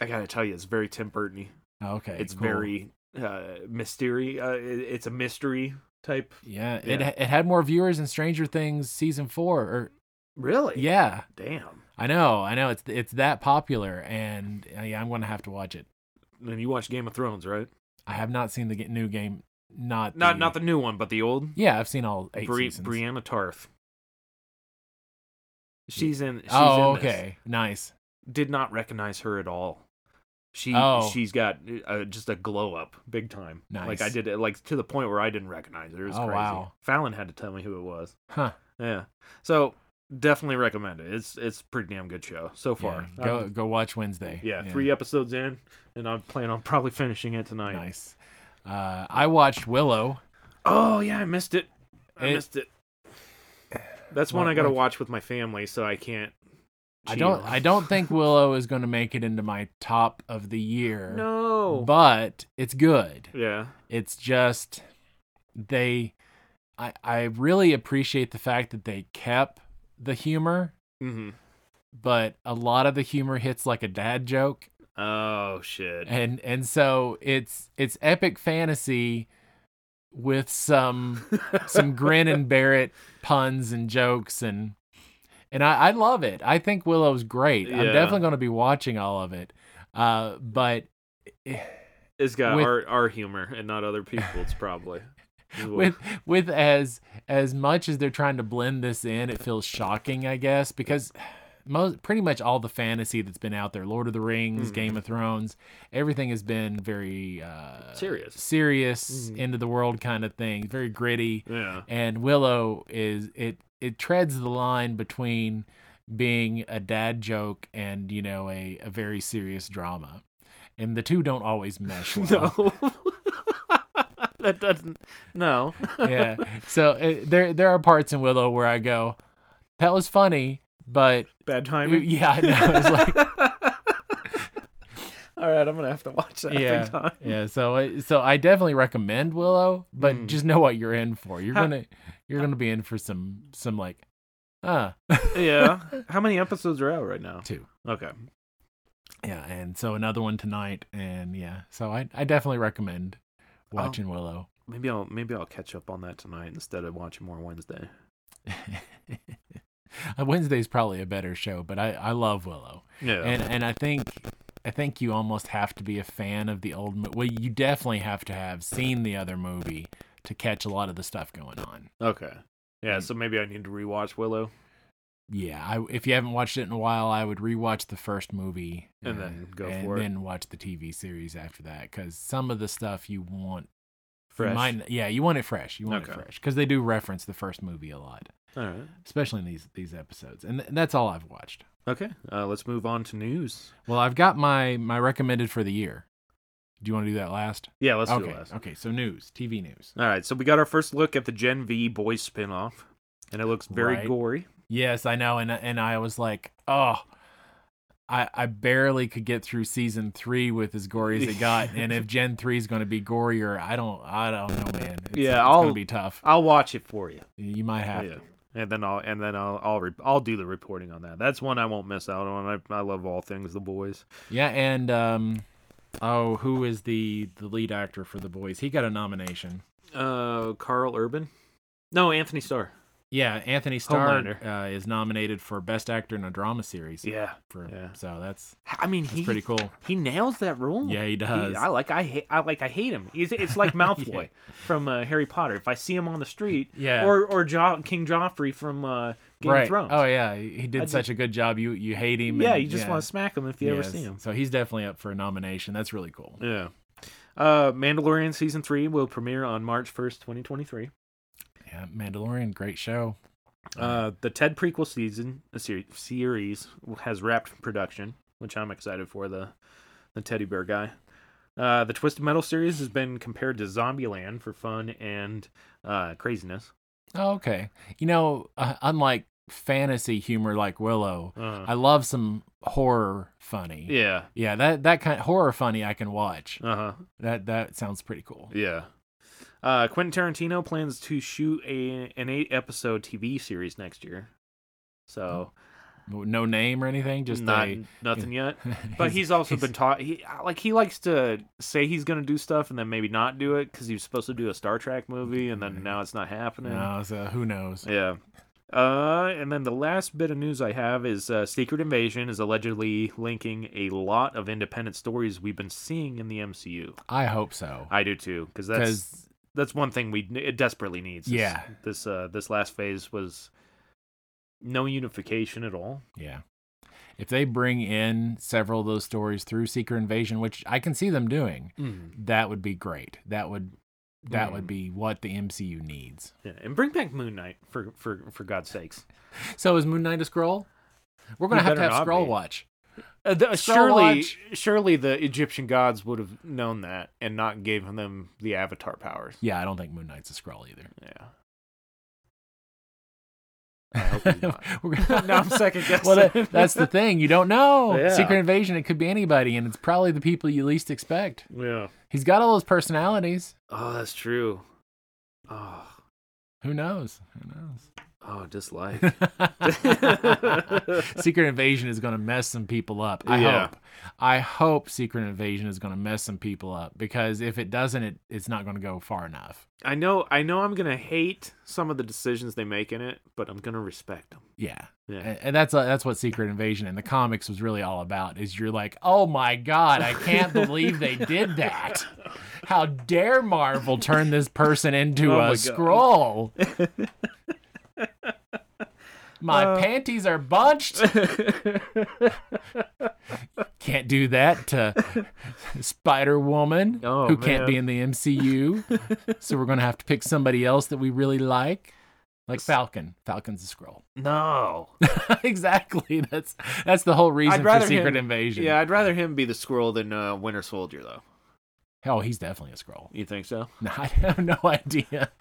A: I gotta tell you, it's very Tim Burtony.
B: Oh, okay.
A: It's
B: cool.
A: very uh mystery. Uh, it, it's a mystery type.
B: Yeah, it
A: Yeah.
B: it had more viewers than Stranger Things season four. Or
A: Really?
B: yeah,
A: Damn.
B: I know, I know. It's it's that popular, and uh, yeah, I'm gonna have to watch it.
A: And you watch Game of Thrones, right?
B: I have not seen the g- new game. Not
A: Not
B: the,
A: not the new one, but the old.
B: yeah. I've seen all eight
A: Bri-
B: seasons.
A: Brianna Tarth. She's in. She's in
B: oh,
A: this.
B: okay, nice.
A: Did not recognize her at all. She
B: Oh.
A: she's got uh, just a glow up, big time. Like
B: Nice.
A: I did it, like to the point where I didn't recognize her. It was
B: Oh,
A: crazy.
B: wow.
A: Fallon had to tell me who it was.
B: Huh?
A: Yeah. So definitely recommend it. It's it's a pretty damn good show so far.
B: Yeah, Go
A: I'm-
B: go watch Wednesday.
A: yeah, three episodes in, and I plan on probably finishing it tonight.
B: Nice. Uh, I watched Willow.
A: Oh yeah, I missed it. I
B: It-
A: missed it. That's
B: What-
A: one I got to
B: what-
A: watch with my family, so I can't.
B: I
A: cheat
B: don't
A: on
B: I
A: it.
B: don't think Willow is going to make it into my top of the year.
A: No.
B: But it's good.
A: yeah.
B: it's just they I I really appreciate the fact that they kept the humor,
A: hmm
B: but a lot of the humor hits like a dad joke
A: Oh shit.
B: and and so it's it's epic fantasy with some some grin and bear it puns and jokes and and I, I love it. I think Willow's great. I'm
A: Yeah.
B: definitely going to be watching all of it. Uh, but
A: it's got
B: with-
A: our our humor and not other people's probably. Is what-
B: with with as as much as they're trying to blend this in, it feels shocking, I guess, because most pretty much all the fantasy that's been out there, Lord of the Rings,
A: Mhm.
B: Game of Thrones, everything has been very uh,
A: Serious.
B: serious,
A: Mhm.
B: end of the world kind of thing, very gritty.
A: yeah.
B: And Willow is it it treads the line between being a dad joke and you know a, a very serious drama. And the two don't always mesh well.
A: No. that doesn't. No.
B: yeah. So uh there there are parts in Willow where I go, that was funny, but
A: Bad timing.
B: yeah, I know. It's like
A: All right, I'm gonna have to watch that.
B: yeah,
A: Big time.
B: yeah. So I- so I definitely recommend Willow, but
A: Mm.
B: just know what you're in for. You're
A: How-
B: gonna you're gonna be in for some some like, ah,
A: yeah. How many episodes are out right now?
B: two.
A: Okay.
B: Yeah, and so another one tonight, and yeah. So I I definitely recommend watching
A: Oh.
B: Willow.
A: Maybe I'll maybe I'll catch up on that tonight instead of watching more Wednesday.
B: Wednesday's probably a better show, but I I love Willow.
A: Yeah.
B: and and I think I think you almost have to be a fan of the old movie. Well, you definitely have to have seen the other movie to catch a lot of the stuff going on. Mm.
A: okay. Yeah, so maybe I need to rewatch Willow.
B: yeah, I, if you haven't watched it in a while, I would rewatch the first movie
A: And then go
B: and
A: for it.
B: then watch the TV series after that because some of the stuff you want, you
A: Fresh.
B: might- yeah, you want it fresh. You want it
A: Okay.
B: fresh because they do reference the first movie a lot,
A: All right.
B: especially in these these episodes. And th- that's all I've watched.
A: Okay. Uh, let's move on to news.
B: Well, I've got my my recommended for the year. Do you want to do that last?
A: Yeah, let's
B: okay.
A: do last.
B: Okay. So news, TV news.
A: All right. So we got our first look at the Gen V Boys spinoff, and it looks very
B: Right.
A: gory.
B: Yes, I know, and and I was like, oh, I I barely could get through season three with as gory as it got, and if Gen three is going to be gorier, I don't I don't know, man. It's,
A: Yeah,
B: it's
A: I'll-
B: gonna be tough.
A: I'll watch it for you.
B: You might have
A: Oh, Yeah.
B: to.
A: And then I'll and then I'll I'll, re- I'll do the reporting on that. That's one I won't miss out on. I I love all things the boys.
B: Yeah, and um, oh, who is the the lead actor for the boys? He got a nomination.
A: Uh, Carl Urban. No, Anthony Starr.
B: Yeah, Anthony Starr
A: Homelander.
B: uh, is nominated for best actor in a drama series.
A: Yeah.
B: for,
A: yeah.
B: so that's
A: I mean,
B: that's
A: he
B: pretty cool.
A: he nails that role.
B: Yeah, he does.
A: I like I hate I like I hate him. He's, it's like Malfoy from uh, Harry Potter. If I see him on the street,
B: Yeah.
A: or or jo- King Joffrey from uh, Game
B: right.
A: of Thrones.
B: Oh yeah, he he did
A: I
B: such a good job. You you hate him.
A: yeah,
B: and-
A: you just
B: yeah.
A: want to smack him if you ever
B: Yes.
A: see him.
B: So he's definitely up for a nomination. That's really cool.
A: Yeah. Uh, Mandalorian season three will premiere on March first, twenty twenty three.
B: Yeah, Mandalorian, great show.
A: Uh, the Ted prequel season a ser- series has wrapped production, which I'm excited for the the teddy bear guy. Uh, the Twisted Metal series has been compared to Zombieland for fun and uh, craziness.
B: Oh, okay. You know, uh, unlike fantasy humor like Willow,
A: Uh,
B: I love some horror funny.
A: yeah.
B: Yeah, that that kind horror funny I can watch.
A: Uh huh.
B: That that sounds pretty cool.
A: Yeah. Uh, Quentin Tarantino plans to shoot a an eight episode TV series next year. So
B: No name or anything, just
A: not
B: a-
A: nothing yet. But he's also been taught he like he likes to say he's gonna do stuff and then maybe not do it because he was supposed to do a Star Trek movie and then now it's not happening.
B: No, so who knows?
A: Yeah. Uh, and then the last bit of news I have is uh, Secret Invasion is allegedly linking a lot of independent stories we've been seeing in the MCU.
B: I hope so.
A: I do too because that's
B: Because
A: that's one thing we it desperately needs. is
B: Yeah.
A: This uh this last phase was no unification at all.
B: Yeah. If they bring in several of those stories through Secret Invasion, which I can see them doing, that would be great. That would that would
A: Mm.
B: be what the MCU needs.
A: Yeah, and bring back Moon Knight for for for God's sakes.
B: So is Moon Knight a scroll? We're gonna
A: He
B: have to
A: better
B: have
A: not
B: scroll
A: be.
B: watch.
A: Uh, the-
B: Scroll
A: surely,
B: watch.
A: surely the Egyptian gods would have known that and not given them the Avatar powers.
B: Yeah, I don't think Moon Knight's a scroll either.
A: Yeah. I hope he's not.
B: We're gonna-
A: Now I'm second guessing.
B: Well, that, that's the thing. You don't know.
A: Yeah.
B: Secret Invasion. It could be anybody, and it's probably the people you least expect.
A: Yeah.
B: He's got all those personalities.
A: Oh, that's true. Oh,
B: Who knows? Who knows?
A: oh, dislike.
B: Secret Invasion is going to mess some people up. I
A: Yeah.
B: hope. I hope Secret Invasion is going to mess some people up because if it doesn't, it, it's not going to go far enough.
A: I know I know I'm gonna hate some of the decisions they make in it, but I'm gonna respect them.
B: Yeah.
A: Yeah.
B: And and that's uh, that's what Secret Invasion in the comics was really all about. Is you're like, oh my god, I can't believe they did that. How dare Marvel turn this person into
A: Oh my
B: a
A: God.
B: scroll? My
A: Uh.
B: panties are bunched. can't do that to Spider Woman,
A: Oh,
B: who can't
A: man.
B: be in the MCU. so we're gonna have to pick somebody else that we really like, like Falcon. Falcon's a scroll.
A: no.
B: exactly. That's that's the whole reason
A: I'd rather
B: for Secret
A: him-
B: Invasion.
A: Yeah, I'd rather him be the squirrel than uh, Winter Soldier though.
B: Hell, Oh, he's definitely a scroll.
A: You think so?
B: No, I have no idea.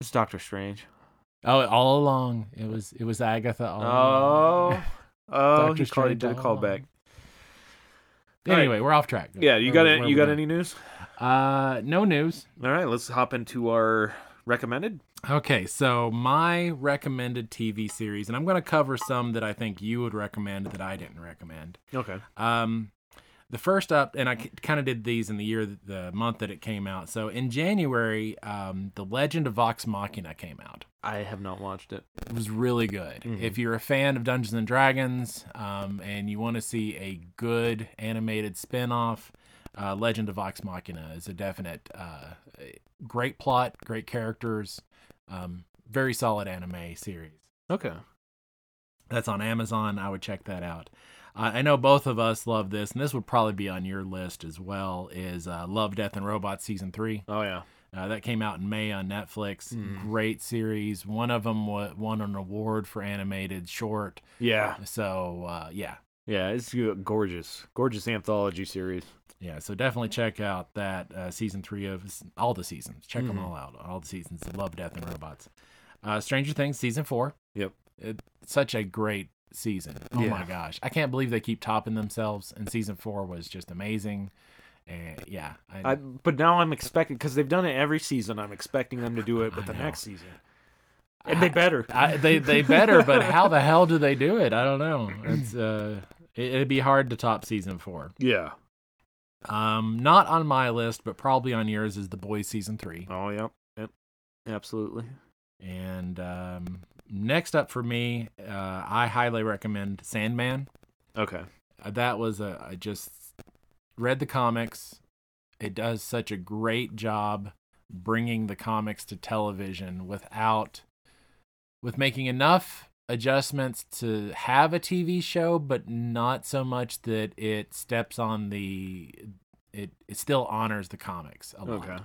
A: It's Doctor Strange.
B: Oh, all along it was it was Agatha. All along.
A: Oh. Oh,
B: Doctor
A: he called, he
B: Strange
A: did a
B: all along.
A: callback.
B: Anyway, we're off track.
A: Yeah, you
B: Or
A: got
B: where
A: any, you
B: we
A: got
B: were.
A: any news?
B: Uh, no news.
A: All right, let's hop into our recommended.
B: Okay, so my recommended TV series, and I'm going to cover some that I think you would recommend that I didn't recommend.
A: Okay.
B: Um, the first up, and I kind of did these in the year, the month that it came out. So in January, um, The Legend of Vox Machina came out.
A: I have not watched it.
B: It was really good. If you're a fan of Dungeons and Dragons um, and you want to see a good animated spin off, uh, Legend of Vox Machina is a definite uh, great plot, great characters, um, very solid anime series.
A: Okay.
B: That's on Amazon. I would check that out. I I know both of us love this, and this would probably be on your list as well. Is uh, Love, Death, and Robots season three?
A: Oh yeah.
B: Uh, that came out in May on Netflix.
A: Hmm.
B: Great series. One of them won an award for animated short.
A: Yeah.
B: So uh, yeah,
A: Yeah, it's uh, gorgeous. Gorgeous anthology series.
B: yeah. So definitely check out that uh, season three of all the seasons. Check
A: Hmm.
B: them all out. All the seasons. of Love, Death, and Robots. Uh, Stranger Things season four.
A: Yep.
B: It, such a great season. Oh
A: Yeah.
B: my gosh, I can't believe they keep topping themselves. And season four was just amazing. And yeah,
A: I, but now I'm expecting because they've done it every season. I'm expecting them to do it with the
B: know.
A: next season, and they better.
B: I, they they better, but how the hell do they do it? I don't know. It's uh, it, it'd be hard to top season four.
A: yeah.
B: Um, not on my list, but probably on yours is the boys season three.
A: Oh yep. Yep. Absolutely.
B: And um, next up for me, uh, I highly recommend Sandman.
A: Okay.
B: Uh, that was a I just read the comics. It does such a great job bringing the comics to television without with making enough adjustments to have a TV show but not so much that it steps on the it it still honors the comics a lot.
A: Okay.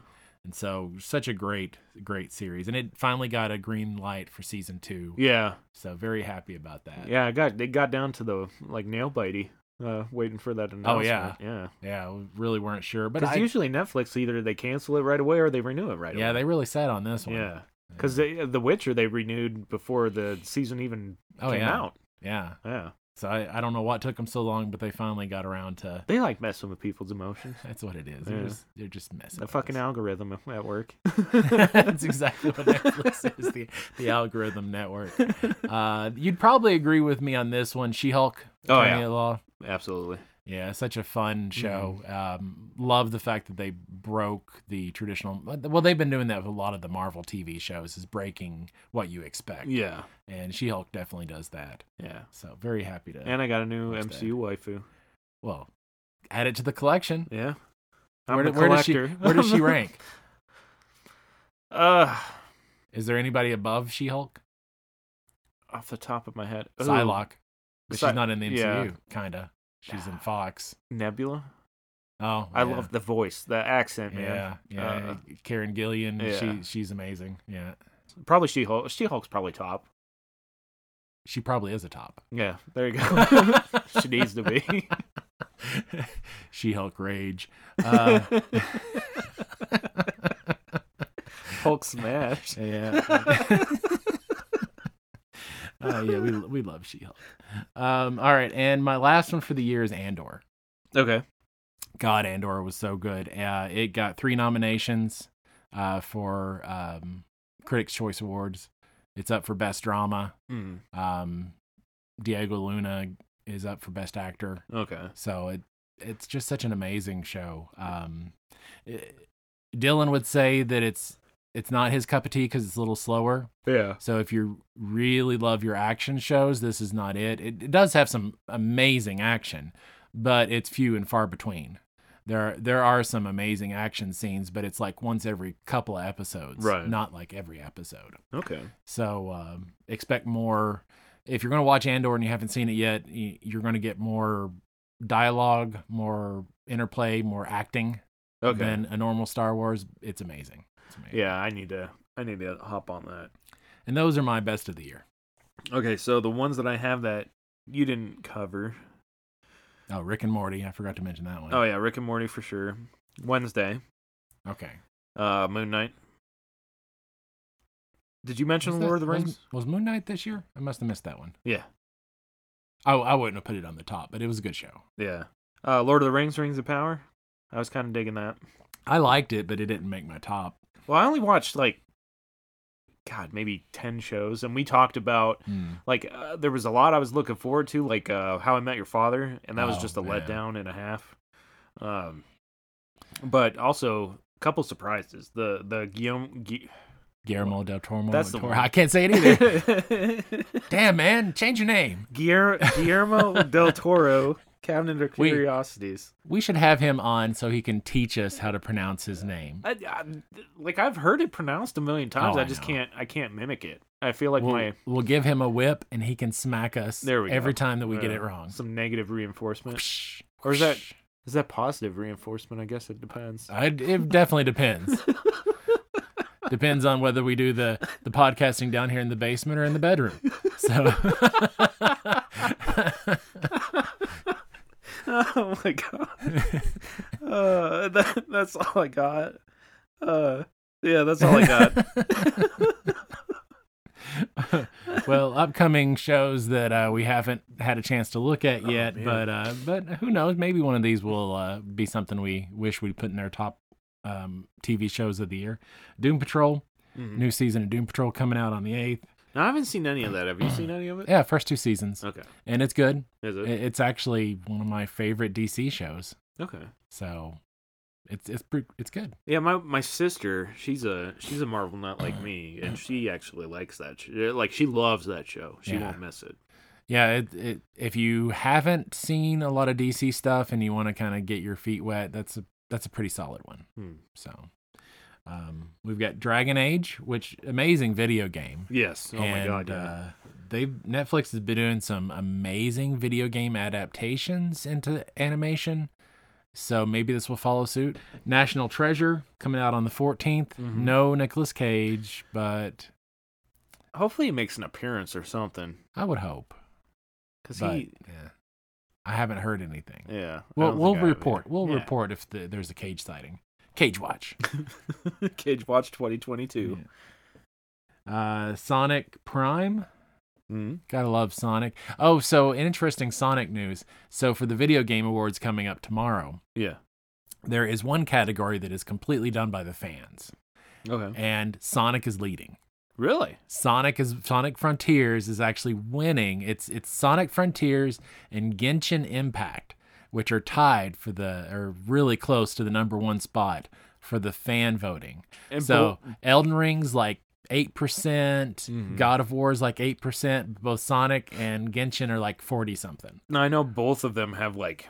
B: And so such a great great series and it finally got a green light for season 2.
A: Yeah.
B: So very happy about that.
A: Yeah. I got they got down to the like nail bitey, uh, waiting for that announcement.
B: Oh, yeah.
A: Yeah.
B: Yeah, we really weren't sure but
A: Because
B: I,
A: usually Netflix either they cancel it right away or they renew it right
B: Yeah,
A: away.
B: they really sat on this one.
A: Yeah. Because The Witcher they renewed before the season even
B: Oh,
A: came
B: yeah.
A: out.
B: Yeah.
A: Yeah.
B: So I, I don't know what took them so long, but they finally got around to.
A: They like messing with people's emotions.
B: That's what it is. They're
A: Yeah.
B: just they're just messing.
A: The
B: with
A: fucking
B: us.
A: algorithm at work.
B: That's exactly what Netflix is. The the algorithm network. Uh, you'd probably agree with me on this one. She Hulk.
A: Oh,
B: Attorney
A: yeah. Mm.
B: at Law.
A: Absolutely.
B: Yeah, such a fun show. Um, love the fact that they broke the traditional. Well, they've been doing that with a lot of the Marvel TV shows, is breaking what you expect.
A: Yeah.
B: And She Hulk definitely does that.
A: Yeah.
B: So very happy to.
A: And I got a new
B: What's that?
A: MCU waifu.
B: well, add it to the collection.
A: Yeah. I'm
B: where,
A: a
B: do- where does she
A: collector.
B: where does she rank?
A: uh,
B: Is there anybody above She Hulk?
A: off the top of my head. Ooh,
B: Psylocke, but
A: Psy-
B: she's not in the MCU.
A: yeah.
B: Kinda, she's in Fox.
A: Nebula.
B: Oh,
A: I
B: yeah.
A: love the voice, the accent, man.
B: Yeah, yeah.
A: Uh,
B: Karen Gillian,
A: yeah.
B: she she's amazing. Yeah,
A: probably She Hulk. She Hulk's probably top.
B: she probably is a top.
A: Yeah. There you go. she needs to be.
B: she Hulk rage. Uh,
A: Hulk smash.
B: yeah. Uh, yeah, we we love She Hulk. Um, all right, and my last one for the year is Andor.
A: Okay.
B: God, Andor was so good. Uh, it got three nominations uh, for um, Critics' Choice Awards. It's up for Best Drama.
A: Mm,
B: Um, Diego Luna is up for Best Actor.
A: okay.
B: So it it's just such an amazing show. Um, it- Dylan would say that it's it's not his cup of tea because it's a little slower.
A: Yeah.
B: So if you really love your action shows, this is not it. It, it does have some amazing action, but it's few and far between. There there are some amazing action scenes, but it's like once every couple of episodes,
A: Right.
B: not like every episode.
A: Okay.
B: So um, expect more. If you're going to watch Andor and you haven't seen it yet, y- you're going to get more dialogue, more interplay, more acting
A: Okay.
B: than a normal Star Wars. It's amazing. It's amazing.
A: yeah, I need to. I need to hop on that.
B: And those are my best of the year.
A: Okay, so the ones that I have that you didn't cover.
B: Oh, Rick and Morty. I forgot to mention that one.
A: Oh yeah, Rick and Morty for sure. Wednesday,
B: Okay.
A: uh, Moon Knight. Did you mention
B: Was that-
A: Lord of the
B: was-
A: Rings?
B: Was, Moon Knight this year? I must have missed that one.
A: Yeah,
B: I, I wouldn't have put it on the top, but it was a good show.
A: yeah. Uh, Lord of the Rings, Rings of Power. I was kind of digging that.
B: I liked it, but it didn't make my top.
A: Well, I only watched like, God, maybe ten shows, and we talked about
B: Hmm.
A: like uh, there was a lot I was looking forward to, like uh, How I Met Your Father, and that was
B: Oh,
A: just a
B: man.
A: letdown and a half. Um, but also a couple surprises. The the Guillaume. Gu-
B: Guillermo del Toro.
A: That's the
B: Toro-
A: one.
B: I can't say it either. Damn, man. Change your name.
A: Guillermo, Guillermo del Toro Cabinet of
B: We-
A: Curiosities.
B: We should have him on so he can teach us how to pronounce his name.
A: I, I, like I've heard it pronounced a million times.
B: Oh,
A: I
B: I
A: just
B: know.
A: can't. I can't mimic it. I feel like
B: we'll,
A: my
B: we'll give him a whip and he can smack us
A: there we go.
B: every time that we get
A: Uh,
B: it wrong.
A: Some negative reinforcement.
B: Whoosh,
A: Or is that-
B: whoosh.
A: Is that positive reinforcement? I guess it depends.
B: I, it definitely depends. depends on whether we do the, the podcasting down here in the basement or in the bedroom. So
A: oh my god. uh, that, that's all I got. Uh, yeah, that's all I got.
B: well, upcoming shows that uh, we haven't had a chance to look at yet,
A: man.
B: but uh, but who knows? Maybe one of these will uh, be something we wish we put in our top um, TV shows of the year. Doom Patrol,
A: Mhm.
B: new season of Doom Patrol coming out on the eighth.
A: No, I haven't seen any of that. Have you seen any of it?
B: Yeah, first two seasons,
A: Okay.
B: and it's good.
A: Is
B: It-
A: it?
B: It's actually one of my favorite DC shows,
A: Okay.
B: so it's it's pre- it's good.
A: Yeah, my my sister, she's a she's a Marvel nut like me, and she actually likes that. Sh- uh, like she loves that show. She
B: Yeah.
A: won't miss it.
B: Yeah, it, it, if you haven't seen a lot of DC stuff and you want to kind of get your feet wet, that's a that's a pretty solid one.
A: Hmm.
B: So um, we've got Dragon Age, which amazing video game.
A: Yes. Oh my
B: And,
A: god. Yeah.
B: Uh, they Netflix has been doing some amazing video game adaptations into animation. So maybe this will follow suit. National Treasure coming out on the 14th.
A: Mhm.
B: No Nicolas Cage, but
A: Hopefully, he makes an appearance or something.
B: I would hope.
A: Cause
B: But,
A: he,
B: yeah. I haven't heard anything.
A: yeah. I
B: We'll,
A: don't
B: we'll
A: think I have
B: report.
A: either.
B: We'll
A: Yeah.
B: report if the, there's a cage sighting. Cage watch.
A: Cage Watch 2022.
B: Uh, Sonic Prime.
A: Mhm.
B: Gotta love Sonic. Oh, so interesting Sonic news. So for the video game awards coming up tomorrow,
A: Yeah.
B: there is one category that is completely done by the fans,
A: Okay.
B: and Sonic is leading.
A: Really?
B: Sonic is Sonic Frontiers is actually winning. It's it's Sonic Frontiers and Genshin Impact, which are tied for the are really close to the number one spot for the fan voting.
A: And
B: so Elden Ring's like eight percent,
A: Mhm.
B: God of War's like eight percent. Both Sonic and Genshin are like forty something.
A: Now I know both of them have like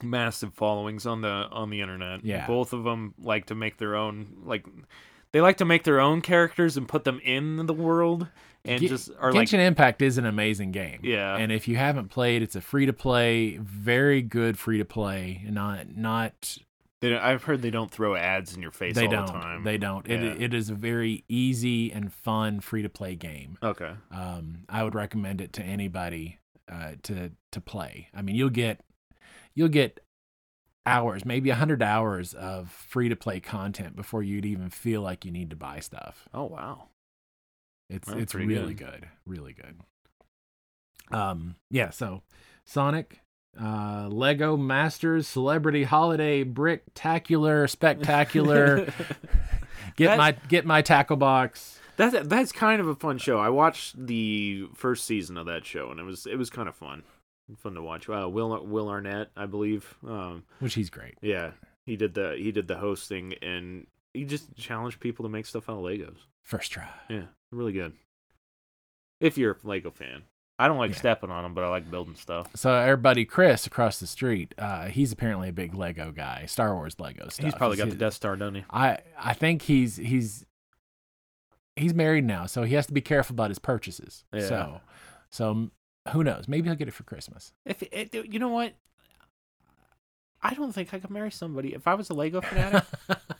A: massive followings on the on the internet.
B: Yeah.
A: Both of them like to make their own like they like to make their own characters and put them in the world and
B: Ge-
A: just are
B: Genshin
A: like
B: Impact is an amazing game.
A: Yeah.
B: and if you haven't played, it's a free to play, very good free to play. Not not
A: they, I've heard they don't throw ads in your face
B: they
A: all
B: don't
A: the time.
B: they don't. It
A: Yeah.
B: it is a very easy and fun free to play game.
A: Okay.
B: um, I would recommend it to anybody uh, to to play. I mean, you'll get you'll get hours, maybe hundred hours of free to play content before you'd even feel like you need to buy stuff.
A: Oh wow.
B: It's
A: Well,
B: it's
A: pretty
B: really good. really good. Um, yeah. So, Sonic, uh, Lego Masters, Celebrity Holiday, Bricktacular, Spectacular. get
A: That-
B: my get my tackle box.
A: That's that's kind of a fun show. I watched the first season of that show, and it was it was kind of fun, fun to watch. Uh, Will Will Arnett, I believe. Um,
B: Which he's great.
A: yeah, he did the he did the hosting, and he just challenged people to make stuff out of Legos.
B: First try.
A: Yeah, really good. If you're a Lego fan, I don't like
B: Yeah.
A: stepping on them, but I like building stuff.
B: So our buddy Chris across the street, uh, he's apparently a big Lego guy, Star Wars Lego stuff.
A: He's probably got the
B: He-
A: Death Star, doesn't he?
B: I I think he's he's he's married now, so he has to be careful about his purchases.
A: Yeah.
B: So so m- who knows? Maybe he'll get it for Christmas.
A: If it, you know what, I don't think I could marry somebody if I was a Lego fanatic.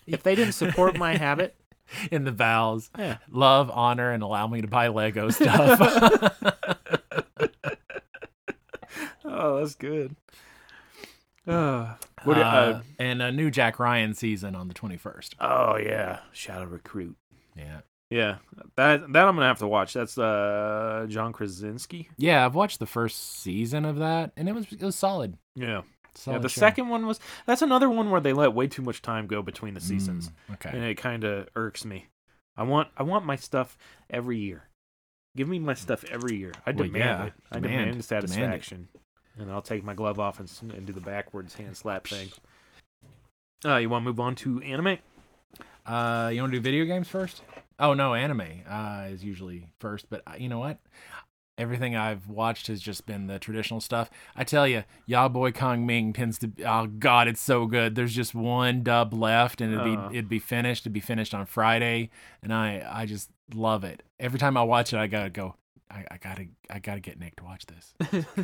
A: if they didn't support my habit,
B: In the vows,
A: yeah.
B: love, honor, and allow me to buy Lego stuff.
A: Oh, that's good. Uh, what,
B: uh,
A: do- uh,
B: and a new Jack Ryan season on the twenty first.
A: oh yeah, Shadow Recruit.
B: Yeah.
A: Yeah, that that I'm gonna have to watch. That's uh John Krasinski.
B: Yeah, I've watched the first season of that and it was it was solid.
A: Yeah, yeah.
B: solid
A: The
B: show.
A: second one was that's another one where they let way too much time go between the seasons,
B: Mm, okay.
A: and it kind of irks me. I want I want my stuff every year. Give me my stuff every year. I
B: Well,
A: demand
B: yeah,
A: it. I
B: demand-
A: demand,
B: demand it.
A: satisfaction, and I'll take my glove off and, s- and do the backwards hand slap thing. Uh, you want to move on to anime?
B: Uh, you want to do video games first? Oh no, anime uh, is usually first. But uh, you know what? everything I've watched has just been the traditional stuff. I tell you, Ya Boy Kong Ming tends to. Be, oh God, it's so good. There's just one dub left, and it'd be
A: Uh.
B: it'd be finished. It'd be finished on Friday, and I I just love it. Every time I watch it, I gotta go. I, I gotta I gotta get Nick to watch this.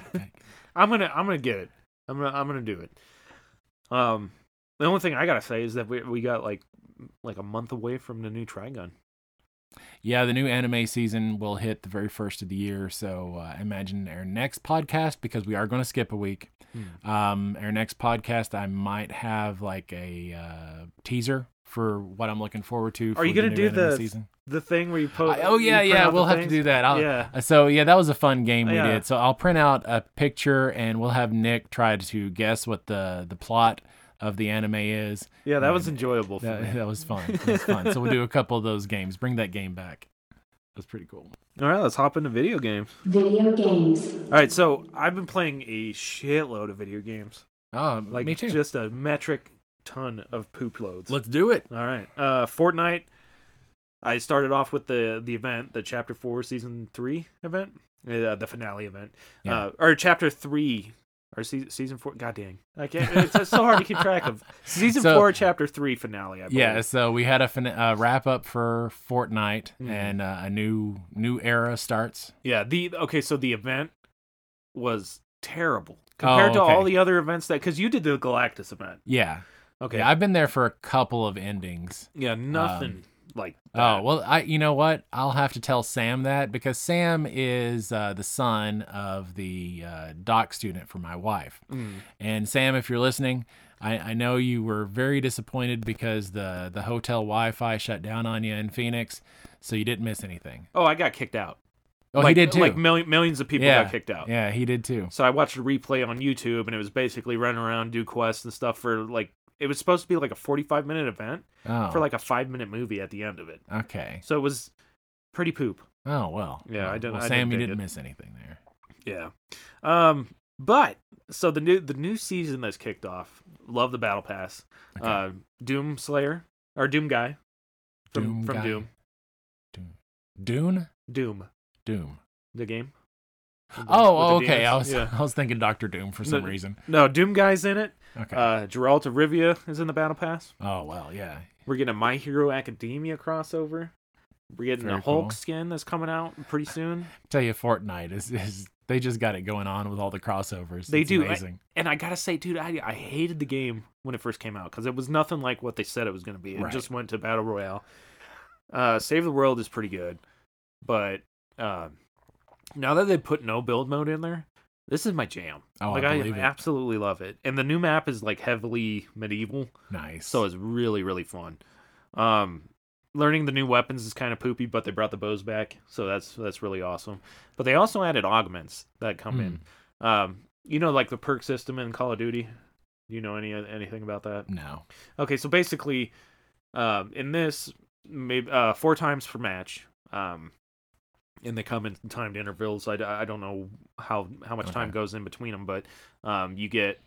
A: I'm gonna I'm gonna get it. I'm gonna I'm gonna do it. Um, the only thing I gotta say is that we we got like like a month away from the new Trigun.
B: Yeah, the new anime season will hit the very first of the year. So uh, imagine our next podcast because we are going to skip a week.
A: Hmm.
B: Um, our next podcast, I might have like a uh, teaser for what I'm looking forward to.
A: Are you
B: going
A: gonna do
B: to
A: the-
B: season?
A: The thing where you post.
B: I- oh yeah, yeah, we'll have to do that. I'll,
A: Yeah.
B: uh, So yeah, that was a fun game we
A: Yeah.
B: did. So I'll print out a picture and we'll have Nick try to guess what the the plot of the anime is.
A: Yeah, that was
B: and-
A: enjoyable. For
B: That,
A: me.
B: that was fun. That was fun. so we'll do a couple of those games. Bring that game back. That was pretty cool.
A: All right, let's hop into video games.
C: Video games.
A: All right, so I've been playing a shitload of video games,
B: Oh,
A: like
B: me too.
A: just a metric ton of poop loads.
B: Let's do it.
A: All right, uh, Fortnite. I started off with the the event, the Chapter Four Season Three event, uh, the finale event,
B: Yeah.
A: uh, or Chapter Three. Or se- season four, god dang, I can't. It's, it's so hard to keep track of season
B: So-
A: four, chapter three finale. I believe.
B: Yeah, so we had a fin- uh, wrap up for Fortnite,
A: Mhm.
B: and uh, a new new era starts.
A: Yeah, the okay, so the event was terrible compared to all
B: Oh, okay.
A: the other events that cuz you did the Galactus event.
B: Yeah,
A: Okay.
B: Yeah, I've been there for a couple of endings.
A: yeah, nothing like
B: Um, Oh well, I you know what? I'll have to tell Sam that because Sam is uh, the son of the uh, doc student for my wife.
A: Mm.
B: And Sam, if you're listening, I, I know you were very disappointed because the the hotel Wi-Fi shut down on you in Phoenix, so you didn't miss anything.
A: Oh, I got kicked out.
B: Oh,
A: like,
B: he did too.
A: Like million, millions of people got kicked out.
B: Yeah, he did too.
A: So I watched a replay on YouTube and it was basically run around, do quests and stuff for like it was supposed to be like a 45 minute event
B: Oh,
A: for like a 5 minute movie at the end of it.
B: okay.
A: So it was pretty poop.
B: Oh well.
A: Yeah, I
B: Well,
A: didn't-
B: Well,
A: I
B: Sam,
A: didn't
B: you
A: dig
B: didn't
A: it.
B: miss anything there.
A: Yeah. Um but so the new the new season that's kicked off. Love the battle pass.
B: Okay.
A: Uh Doom Slayer or Doom Guy from
B: Doom
A: from
B: guy.
A: Doom.
B: Doom. Dune.
A: Doom
B: Doom.
A: the game. With the-
B: Oh,
A: with the
B: okay. I
A: DS.
B: was
A: Yeah.
B: I was thinking Doctor Doom for some
A: No.
B: reason.
A: No, Doom Guy's in it.
B: Okay.
A: Uh Geralt of Rivia is in the battle pass.
B: oh well, yeah.
A: We're getting a My Hero Academia crossover. We're getting a
B: Very
A: Hulk
B: cool.
A: skin that's coming out pretty soon.
B: Tell you, Fortnite is is they just got it going on with all the crossovers.
A: They
B: It's
A: do. I-
B: amazing.
A: And I gotta say, dude, I I hated the game when it first came out because it was nothing like what they said it was gonna be. It
B: Right.
A: just went to battle royale. Uh, Save the World is pretty good, but um, now that they put no build mode in there, this is my jam.
B: oh,
A: like
B: I believe it.
A: absolutely love it. And the new map is like heavily medieval,
B: Nice.
A: so it's really really fun. Um, learning the new weapons is kind of poopy, but they brought the bows back, so that's that's really awesome. But they also added augments that come in. Um, you know, like the perk system in Call of Duty. Do you know any anything about that?
B: no.
A: Okay, so basically, um, in this, maybe uh, four times per match, um, and they come in timed intervals. I, I don't know how how much time
B: Okay.
A: goes in between them, but um, you get.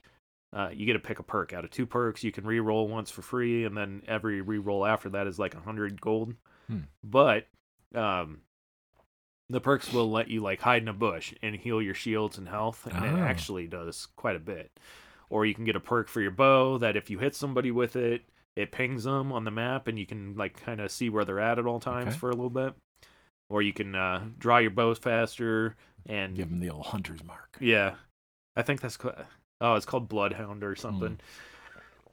A: Uh, you get to pick a perk out of two perks. You can re-roll once for free, and then every re-roll after that is like a hundred gold.
B: Hmm.
A: But um, the perks will let you like hide in a bush and heal your shields and health, and it
B: Oh.
A: actually does quite a bit. Or you can get a perk for your bow that if you hit somebody with it, it pings them on the map, and you can like kind of see where they're at at all times
B: Okay.
A: for a little bit. Or you can uh, draw your bows faster, and
B: Give him the old hunter's mark.
A: yeah, I think that's ca- oh, it's called Bloodhound
B: Hmm.
A: or something.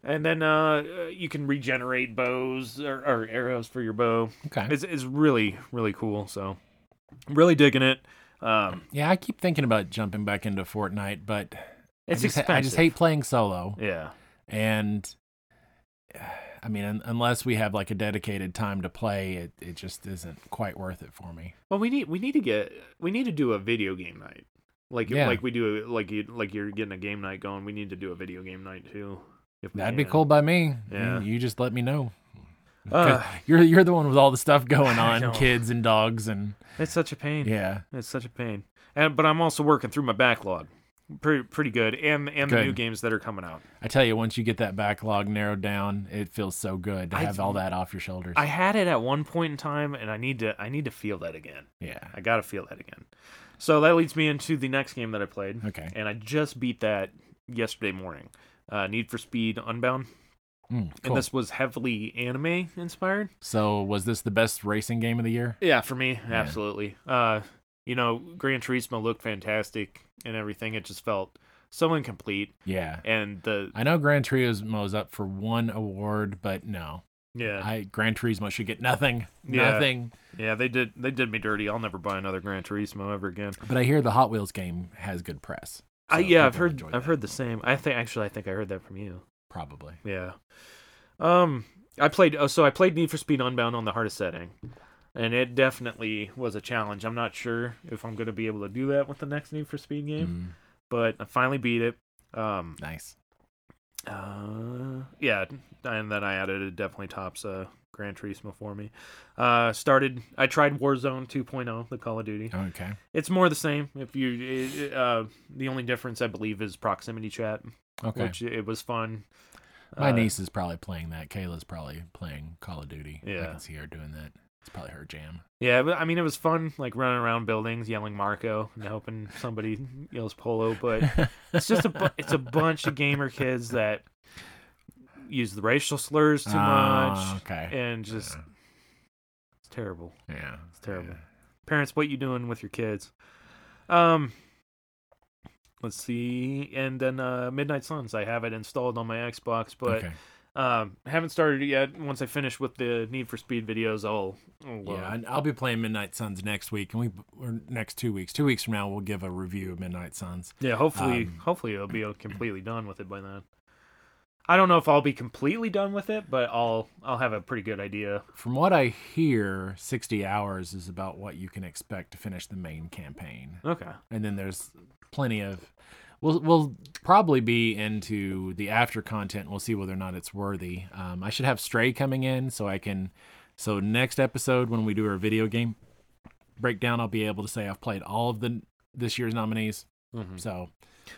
A: And then uh, you can regenerate bows or, or arrows for your bow.
B: Okay.
A: It's it's really really cool. So really digging it. Um,
B: yeah, I keep thinking about jumping back into Fortnite, but
A: it's
B: I just,
A: expensive.
B: I just hate playing solo.
A: Yeah.
B: and uh, I mean, un- unless we have like a dedicated time to play, it it just isn't quite worth it for me.
A: Well, we need we need to get we need to do a video game night. Like
B: Yeah.
A: like we do like you like you're getting a game night going. We need to do a video game night too. If we
B: That'd be
A: can.
B: cool by me.
A: Yeah.
B: You, you just let me know. 'Cause
A: Uh,
B: you're you're the one with all the stuff going
A: I know.
B: on, kids and dogs and
A: it's such a pain.
B: yeah.
A: It's such a pain. And but I'm also working through my backlog. pretty pretty good, and and the
B: Good.
A: new games that are coming out.
B: I tell you, once you get that backlog narrowed down, it feels so good to
A: I-
B: have all that off your shoulders.
A: I had it at one point in time, and I need to I need to feel that again.
B: yeah.
A: I gotta feel that again. So that leads me into the next game that I played.
B: Okay.
A: And I just beat that yesterday morning. Uh, Need for Speed Unbound,
B: Mm, cool.
A: and this was heavily anime inspired.
B: so, was this the best racing game of the year?
A: Yeah, for me, absolutely. Uh, you know, Gran Turismo looked fantastic and everything. It just felt so incomplete,
B: Yeah.
A: and the
B: I know Gran Turismo's up for one award, but no,
A: yeah,
B: I Gran Turismo should get nothing,
A: Yeah.
B: nothing.
A: yeah, they did they did me dirty. I'll never buy another Gran Turismo ever again.
B: But I hear the Hot Wheels game has good press.
A: I,
B: So
A: yeah, I've
B: people
A: heard
B: enjoyed
A: I've
B: that,
A: heard the same. I think actually I think I heard that from you.
B: probably.
A: Yeah. Um, I played. Oh, so I played Need for Speed Unbound on the hardest setting, and it definitely was a challenge. I'm not sure if I'm going to be able to do that with the next Need for Speed game,
B: Mm,
A: but I finally beat it. Um,
B: nice.
A: uh, yeah, and then I added it definitely tops uh Gran Turismo for me. Uh, started. I tried Warzone 2.0, the Call of Duty.
B: Okay.
A: It's more the same. If you, it, it, uh, the only difference I believe is proximity chat,
B: Okay.
A: which it was fun.
B: My
A: Uh,
B: niece is probably playing that. Kayla's probably playing Call of Duty. I
A: Yeah.
B: can see her doing that. It's probably her jam.
A: Yeah, but I mean, it was fun, like running around buildings, yelling Marco, and hoping somebody yells Polo. But it's just a bu- it's a bunch of gamer kids that use the racial slurs too
B: Ah,
A: much,
B: Okay.
A: and just it's terrible.
B: Yeah.
A: It's terrible. Parents, what you doing with your kids? Um, let's see. And then uh, Midnight Suns, I have it installed on my Xbox, but
B: okay.
A: um, haven't started it yet. Once I finish with the Need for Speed videos, I'll, I'll uh,
B: yeah, and I'll be playing Midnight Suns next week, and we or next two weeks. Two weeks from now, we'll give a review of Midnight Suns.
A: Yeah, hopefully,
B: Um,
A: hopefully it'll be completely done with it by then. I don't know if I'll be completely done with it, but I'll I'll have a pretty good idea.
B: From what I hear, sixty hours is about what you can expect to finish the main campaign,
A: Okay.
B: and then there's plenty of. We'll we'll probably be into the after content. We'll see whether or not it's worthy. Um, I should have Stray coming in, so I can. So next episode, when we do our video game breakdown, I'll be able to say I've played all of the this year's nominees.
A: Mm-hmm.
B: So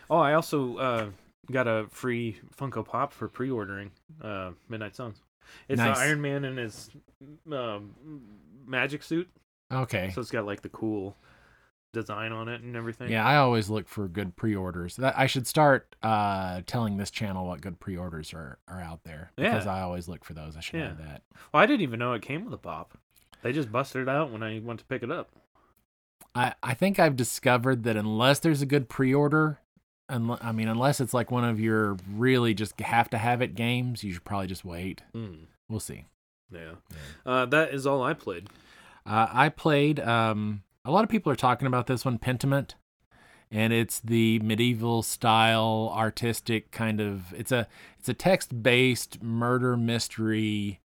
A: Oh, I also uh, got a free Funko Pop for pre-ordering uh, Midnight Suns. It's
B: Nice.
A: the Iron Man in his um, magic suit,
B: okay,
A: so it's got like the cool design on it and everything.
B: Yeah, I always look for good pre-orders. That I should start uh, telling this channel what good pre-orders are, are out there because
A: Yeah.
B: I always look for those. I should add that.
A: Well, I didn't even know it came with a pop. They just busted it out when I went to pick it up.
B: I, I think I've discovered that unless there's a good pre-order, unle- I mean, unless it's like one of your really just have to have it games, you should probably just wait.
A: Mm.
B: We'll see.
A: Yeah. Uh, that is all I played.
B: Uh, I played. Um, a lot of people are talking about this one, Pentiment, and it's the medieval style, artistic kind of. It's a it's a text based murder mystery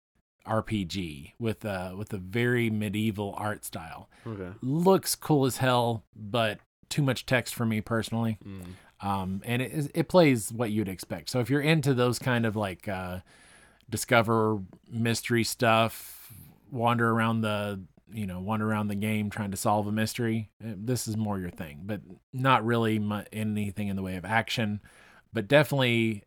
B: RPG with a with a very medieval art style.
A: Okay.
B: Looks cool as hell, but too much text for me personally.
A: Mm.
B: Um, and it is- it plays what you'd expect. So if you're into those kind of like uh, discover mystery stuff, wander around the you know wander around the game trying to solve a mystery, eh, this is more your thing. But not really mu- anything in the way of action. But definitely,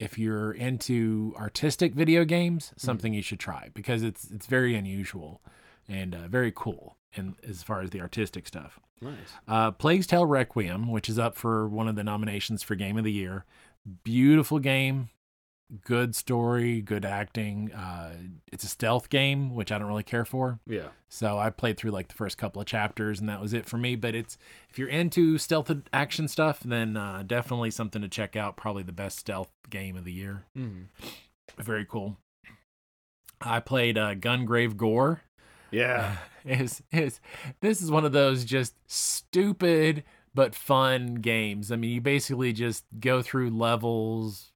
B: if you're into artistic video games, something you should try because it's it's very unusual and uh, very cool. And as far as the artistic stuff.
A: Nice.
B: Uh, Plague's Tale Requiem, which is up for one of the nominations for Game of the Year. Beautiful game, good story, good acting. Uh, it's a stealth game, which I don't really care for.
A: Yeah.
B: So I played through like the first couple of chapters, and that was it for me. But it's if you're into stealth action stuff, then uh, definitely something to check out. Probably the best stealth game of the year.
A: Mm.
B: Very cool. I played uh, Gungrave Gore,
A: Yeah.
B: is is this is one of those just stupid but fun games. I mean, you basically just go through levels,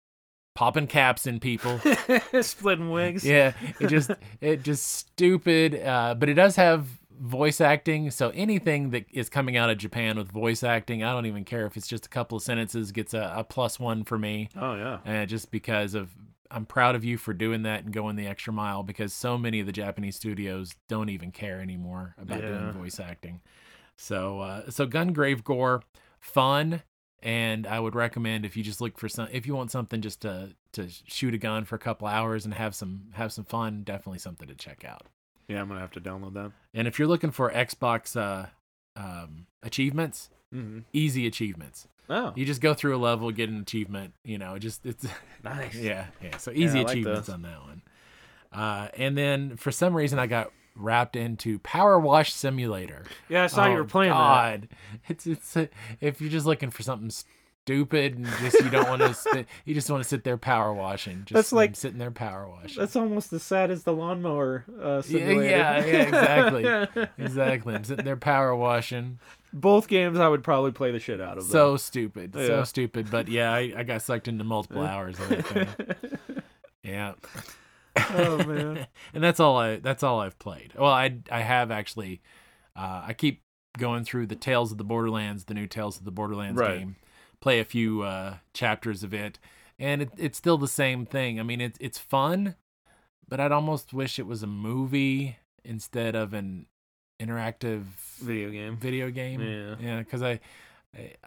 B: popping caps in people.
A: Splitting wigs.
B: yeah, it just it just stupid, uh, but it does have voice acting. So anything that is coming out of Japan with voice acting, I don't even care if it's just a couple of sentences, gets a, a plus one for me
A: Oh yeah.
B: uh, just because of I'm proud of you for doing that and going the extra mile because so many of the Japanese studios don't even care anymore about
A: Yeah.
B: doing voice acting. So uh, so Gungrave Gore, fun, And I would recommend if you just look for some, if you want something just to to shoot a gun for a couple hours and have some have some fun, definitely something to check out.
A: Yeah, I'm gonna have to download that.
B: And if you're looking for Xbox uh, um, achievements,
A: Mm-hmm.
B: easy achievements.
A: Oh,
B: You just go through a level, get an achievement. You know, just it's
A: nice.
B: yeah yeah. So easy
A: I like
B: achievements
A: those.
B: on that one. Uh, and then for some reason I got wrapped into Power Wash Simulator.
A: yeah. I saw you were playing that.
B: Oh, God. It's it's uh, if you're just looking for something stupid and just you don't want to sit, you just want to sit there power washing. Just
A: That's like-
B: sitting there power washing.
A: That's almost as sad as the lawnmower uh,
B: yeah,
A: simulator.
B: yeah, yeah, exactly. exactly. I'm sitting there power washing.
A: Both games, I would probably play the shit out of.
B: So stupid. So
A: Yeah.
B: stupid. But yeah, I, I got sucked into multiple hours of that thing. Yeah.
A: though. oh man.
B: and that's all I that's all I've played. Well, I I have actually. Uh, I keep going through the Tales of the Borderlands, the new Tales of the Borderlands
A: Right.
B: game. Play a few uh, chapters of it, and it, it's still the same thing. I mean, it's it's fun, but I'd almost wish it was a movie instead of an interactive
A: Video game.
B: video game.
A: Yeah.
B: because I. I-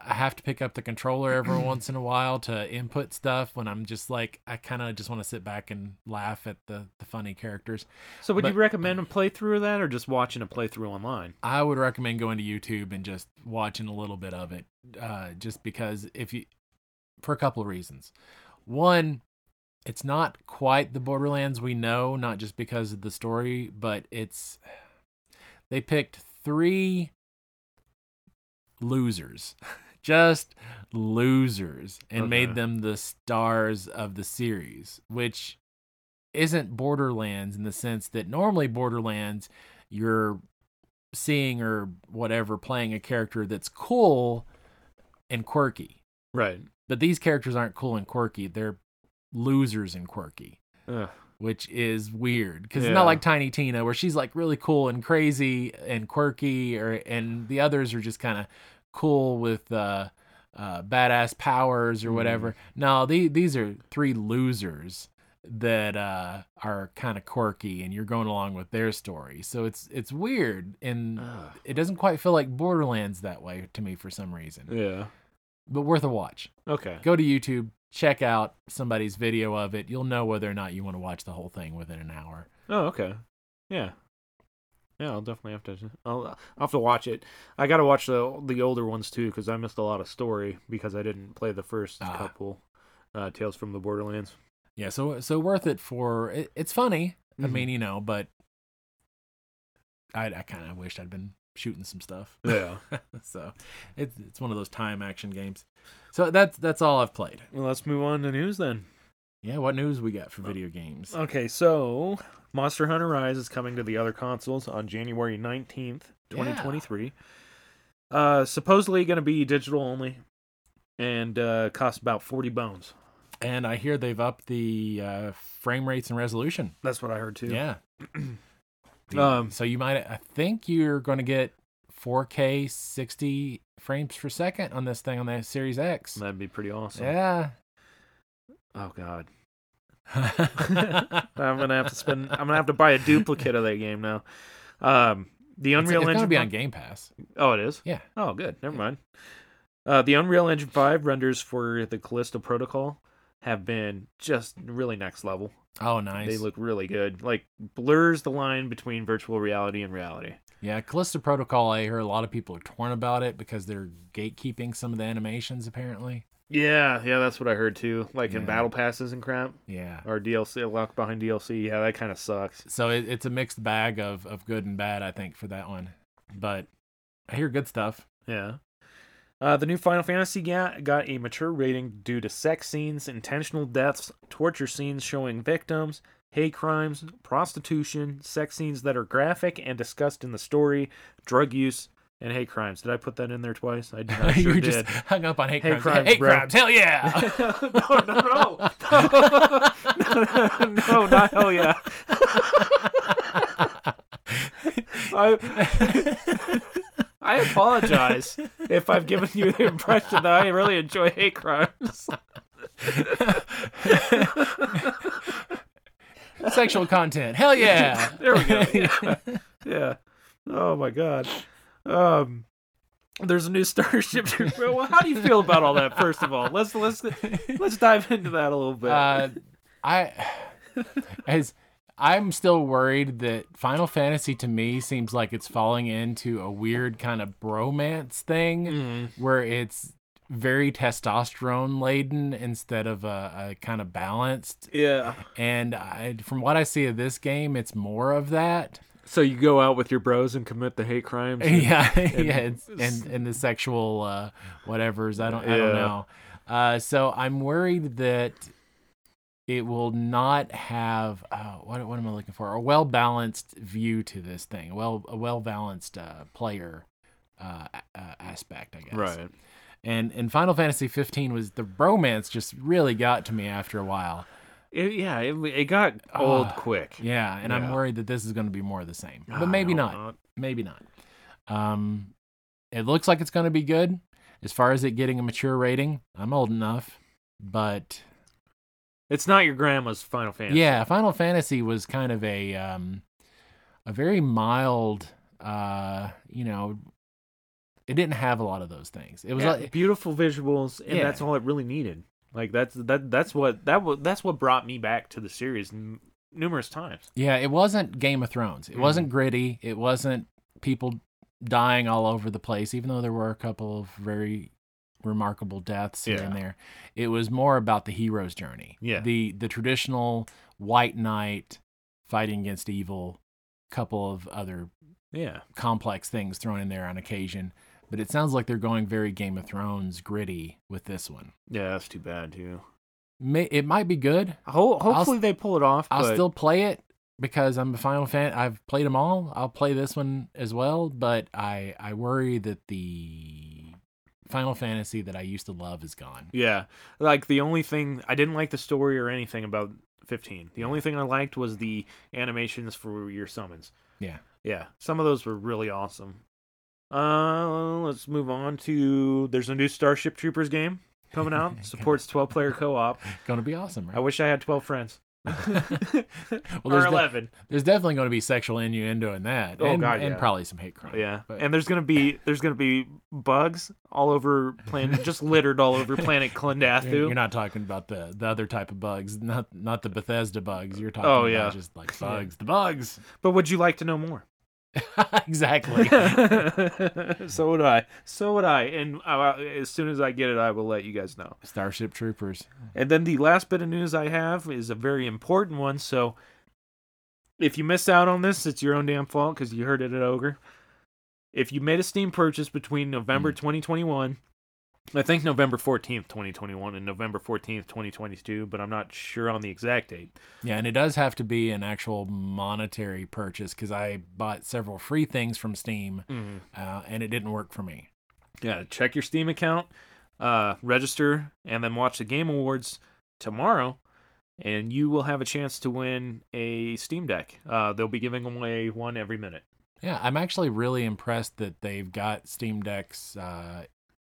B: I have to pick up the controller every once in a while to input stuff when I'm just like I kind of just want to sit back and laugh at the the funny characters.
A: So would
B: But-
A: you recommend a playthrough of that, or just watching a playthrough online?
B: I would recommend going to YouTube and just watching a little bit of it, uh, just because if you, for a couple of reasons. One, it's not quite the Borderlands we know, not just because of the story, but it's they picked three losers, just losers, and
A: Okay.
B: made them the stars of the series, which isn't Borderlands in the sense that normally Borderlands you're seeing or whatever playing a character that's cool and quirky.
A: Right.
B: But these characters aren't cool and quirky. They're losers and quirky,
A: Ugh.
B: which is weird because it's
A: Yeah.
B: not like Tiny Tina where she's like really cool and crazy and quirky, or and the others are just kind of cool with uh, uh, badass powers or
A: Mm.
B: whatever. No, the, these are three losers that uh, are kind of quirky, and you're going along with their story. So it's it's weird and
A: Ugh.
B: it doesn't quite feel like Borderlands that way to me for some reason,
A: Yeah.
B: but worth a watch.
A: Okay.
B: Go to YouTube, check out somebody's video of it. You'll know whether or not you want to watch the whole thing within an hour.
A: Oh, okay. Yeah. Yeah, I'll definitely have to. I'll, I'll have to watch it. I gotta watch the the older ones too because I missed a lot of story because I didn't play the first
B: Ah.
A: couple uh, Tales from the Borderlands.
B: Yeah, so so worth it for it, it's funny. I
A: Mhm.
B: mean, you know, but I I kind of wished I'd been shooting some stuff.
A: Yeah.
B: so it's it's one of those time action games. So that's that's all I've played.
A: well, let's move on to news then.
B: Yeah, what news we got for video games?
A: Okay, so Monster Hunter Rise is coming to the other consoles on January 19th, 2023. Uh, supposedly going to be digital only and uh, cost about 40 bones.
B: And I hear they've upped the uh, frame rates and resolution.
A: That's what I heard too.
B: Yeah.
A: Yeah.
B: um, so you might, I think you're going to get 4K 60 frames per second on this thing on the Series X.
A: That'd be pretty awesome.
B: Yeah.
A: Oh god. I'm
B: I'm
A: gonna have to spend. I'm gonna have to buy a duplicate of that game now. Um, the Unreal
B: it's,
A: Engine.
B: it's going to be on
A: five-
B: Game Pass.
A: Oh, it is.
B: Yeah.
A: Oh, good. Never mind. Uh, the Unreal Engine Five renders for the Callisto Protocol have been just really next level.
B: Oh, nice.
A: They look really good. Like blurs the line between virtual reality and reality.
B: yeah, Callisto Protocol. I hear a lot of people are torn about it because they're gatekeeping some of the animations. Apparently.
A: Yeah, yeah, that's what I heard too. Like in
B: Yeah.
A: battle passes and crap,
B: Yeah.
A: or DLC, lock behind DLC. Yeah, that kind of sucks.
B: So it, it's a mixed bag of of good and bad. I think for that one, but I hear good stuff.
A: Yeah. Uh, the new Final Fantasy ga- got a mature rating due to sex scenes, intentional deaths, torture scenes showing victims, hate crimes, prostitution, sex scenes that are graphic and discussed in the story, drug use, and hate crimes. Did I put that in there twice? I, I sure
B: you
A: did.
B: just hung up on hate,
A: Hate
B: crimes.
A: crimes,
B: hate
A: bro.
B: crimes. Hell yeah.
A: no, no, no. no, no, not hell yeah. I, I apologize if I've given you the impression that I really enjoy hate crimes.
B: Sexual content. Hell yeah.
A: There we go. Yeah. yeah. Oh my god. Um there's a new Starship Troopers. Well, how do you feel about all that? First of all, let's let's let's dive into that a little bit.
B: Uh, I as I'm still worried that Final Fantasy to me seems like it's falling into a weird kind of bromance thing
A: Mm.
B: where it's very testosterone laden instead of a, a kind of balanced.
A: yeah.
B: And I, from what I see of this game, it's more of that.
A: So you go out with your bros and commit the hate crimes.
B: yeah, yeah, it's, and and the sexual uh, whatever's. I don't, I
A: Yeah.
B: don't know. Uh, so I'm worried that it will not have uh, what what am I looking for? A well balanced view to this thing. Well, a well balanced uh, player uh, a- uh, aspect, I guess.
A: Right.
B: And and Final Fantasy 15 was the romance just really got to me after a while.
A: It, yeah. It, it got old
B: Ah,
A: quick.
B: Yeah, and I'm
A: Yeah.
B: worried that this is going to be more of the same,
A: I
B: but maybe
A: hope
B: not. maybe not. Um, it looks like it's going to be good as far as it getting a mature rating. I'm old enough, but
A: It's not your grandma's Final Fantasy.
B: yeah, Final Fantasy was kind of a um, a very mild, uh, you know, it didn't have a lot of those things. It was
A: Yeah,
B: like
A: beautiful visuals, and
B: Yeah.
A: that's all it really needed. Like that's that that's what that was that's what brought me back to the series n- numerous times.
B: Yeah, it wasn't Game of Thrones. It
A: Mhm.
B: wasn't gritty. It wasn't people dying all over the place, even though there were a couple of very remarkable deaths here and
A: Yeah.
B: there. It was more about the hero's journey.
A: Yeah.
B: The the traditional white knight fighting against evil, couple of other
A: Yeah,
B: complex things thrown in there on occasion. But it sounds like they're going very Game of Thrones gritty with this one.
A: yeah, that's too bad too.
B: May, it might be good.
A: Ho-
B: I'll
A: hopefully
B: s-
A: they pull it off.
B: I'll
A: but
B: still play it because I'm a Final Fan. I've played them all. I'll play this one as well, but I I worry that the Final Fantasy that I used to love is gone.
A: yeah. Like the only thing I didn't like the story or anything about fifteen. The only thing I liked was the animations for your summons.
B: Yeah.
A: Yeah, some of those were really awesome. Uh, let's move on to there's a new Starship Troopers game coming out. Supports twelve player co op.
B: Going to be awesome,
A: I
B: right?
A: wish I had 12 friends.
B: there's
A: or
B: the-
A: 11.
B: There's definitely going to be sexual innuendo in that.
A: Oh,
B: and,
A: God,
B: and
A: yeah.
B: probably some hate crime.
A: yeah.
B: but-
A: And there's going to be there's going to be bugs all over planet just littered all over planet Clendathu.
B: You're, you're not talking about the, the other type of bugs, not not the Bethesda bugs. You're talking
A: Oh,
B: about
A: yeah.
B: just like bugs, the bugs.
A: But would you like to know more?
B: exactly.
A: so would I. So would I. And I, as soon as I get it I will let you guys know.
B: Starship Troopers.
A: And then the last bit of news I have is a very important one, so if you missed out on this, it's your own damn fault because you heard it at Ogre. If you made a Steam purchase between November 2021, I think November 14th, 2021, and November 14th, 2022, but I'm not sure on the exact date.
B: Yeah, and it does have to be an actual monetary purchase because I bought several free things from Steam, uh, and it didn't work for me.
A: Yeah, check your Steam account, uh, register, and then watch the Game Awards tomorrow, and you will have a chance to win a Steam Deck. Uh, they'll be giving away one every minute.
B: Yeah, I'm actually really impressed that they've got Steam Decks uh,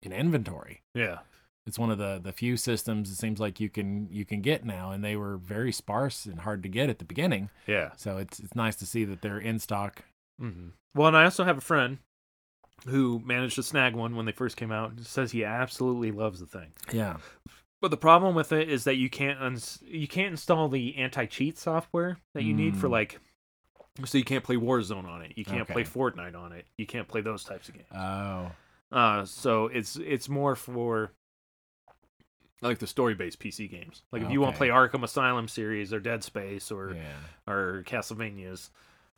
B: in inventory.
A: Yeah.
B: It's one of the the few systems it seems like you can you can get now, and they were very sparse and hard to get at the beginning.
A: Yeah.
B: So it's it's nice to see that they're in stock.
A: hmm Well, and I also have a friend who managed to snag one when they first came out and says he absolutely loves the thing.
B: Yeah,
A: But the problem with it is that you can't uns- you can't install the anti-cheat software that you need for
B: Mm.
A: like so you can't play Warzone on it. You can't play
B: Okay.
A: Fortnite on it. You can't play those types of games.
B: oh,
A: Uh so it's it's more for like the story-based PC games. Like if you want to play
B: Okay.
A: Arkham Asylum series or Dead Space or
B: yeah.
A: or Castlevania's.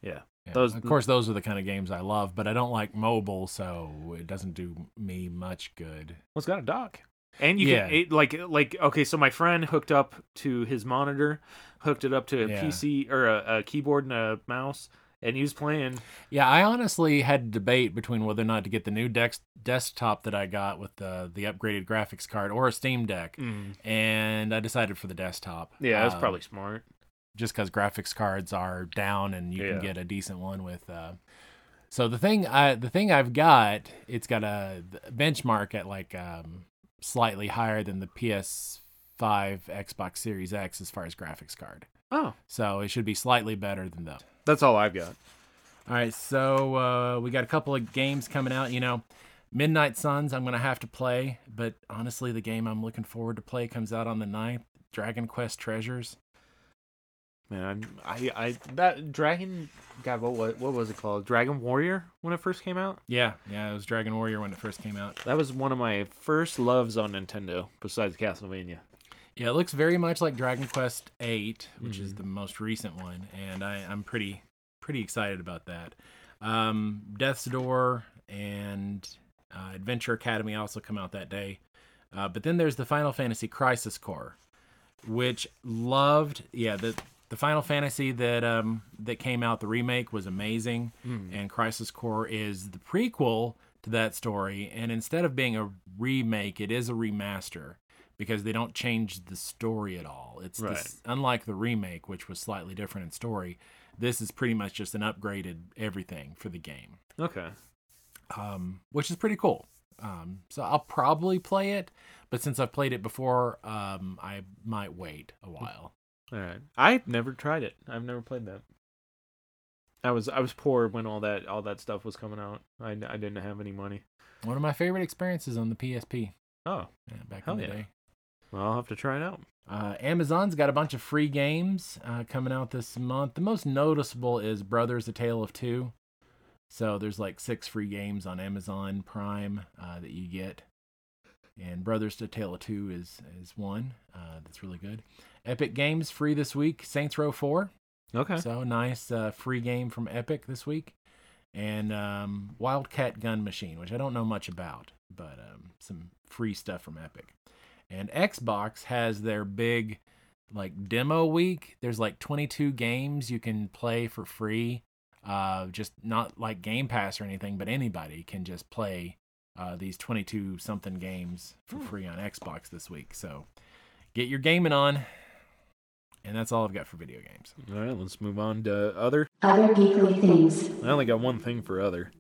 A: Yeah.
B: Yeah.
A: Those-
B: of course, those are the kind of games I love, but I don't like mobile, so it doesn't do me much good.
A: Well, it's got a dock. And you
B: Yeah.
A: can it, like like okay, so my friend hooked up to his monitor, hooked it up to a
B: Yeah.
A: PC or a, a keyboard and a mouse, and he was playing.
B: Yeah, I honestly had a debate between whether or not to get the new dex- desktop that I got with the the upgraded graphics card or a Steam Deck, and I decided for the desktop.
A: Mm. Yeah, that's
B: Um,
A: probably smart.
B: just because graphics cards are down and you
A: Yeah.
B: can get a decent one with. Uh, so the thing, I, the thing I've got, it's got a benchmark at like um, slightly higher than the PS5, Xbox Series X as far as graphics card.
A: Oh,
B: So it should be slightly better than those.
A: that's all I've got.
B: All right, so uh, we got a couple of games coming out. You know, Midnight Suns, I'm going to have to play, but honestly, the game I'm looking forward to play comes out on the 9th Dragon Quest Treasures.
A: Man, I, I, I that Dragon, God, what, what, what was it called? Dragon Warrior when it first came out.
B: Yeah, yeah, it was Dragon Warrior when it first came out.
A: That was one of my first loves on Nintendo, besides Castlevania.
B: Yeah, it looks very much like Dragon Quest VIII, which is the most recent one, and I, I'm pretty pretty excited about that. Um, Death's Door and uh, Adventure Academy also come out that day, uh, but then there's the Final Fantasy Crisis Core, which loved. Yeah, the the Final Fantasy that um, that came out, the remake was amazing, and Crisis Core is the prequel to that story, and instead of being a remake, it is a remaster because they don't change the story at all. It's
A: Right.
B: this, unlike the remake, which was slightly different in story. This is pretty much just an upgraded everything for the game,
A: Okay.
B: um, which is pretty cool. Um, so I'll probably play it, but since I've played it before, um, I might wait a while.
A: All right. I've never tried it. I've never played that. I was I was poor when all that all that stuff was coming out. I, I didn't have any money.
B: One of my favorite experiences on the PSP
A: Oh,
B: yeah, uh, back
A: Hell
B: in the
A: yeah.
B: day.
A: well, I'll have to try it out.
B: Uh, Amazon's got a bunch of free games uh, coming out this month. The most noticeable is Brothers: A Tale of Two. So there's like six free games on Amazon Prime uh, that you get, and Brothers: A Tale of Two is is one uh, that's really good. Epic Games free this week. Saints Row Four.
A: Okay.
B: So nice uh, free game from Epic this week, and um, Wildcat Gun Machine, which I don't know much about, but um, some free stuff from Epic. And Xbox has their big like demo week. There's like 22 games you can play for free. Uh, just not like Game Pass or anything, but anybody can just play uh, these 22 something games for free on Xbox this week. So get your gaming on. And that's all I've got for video games.
A: all right. Let's move on to other.
C: Other geekly things.
A: I only got one thing for other.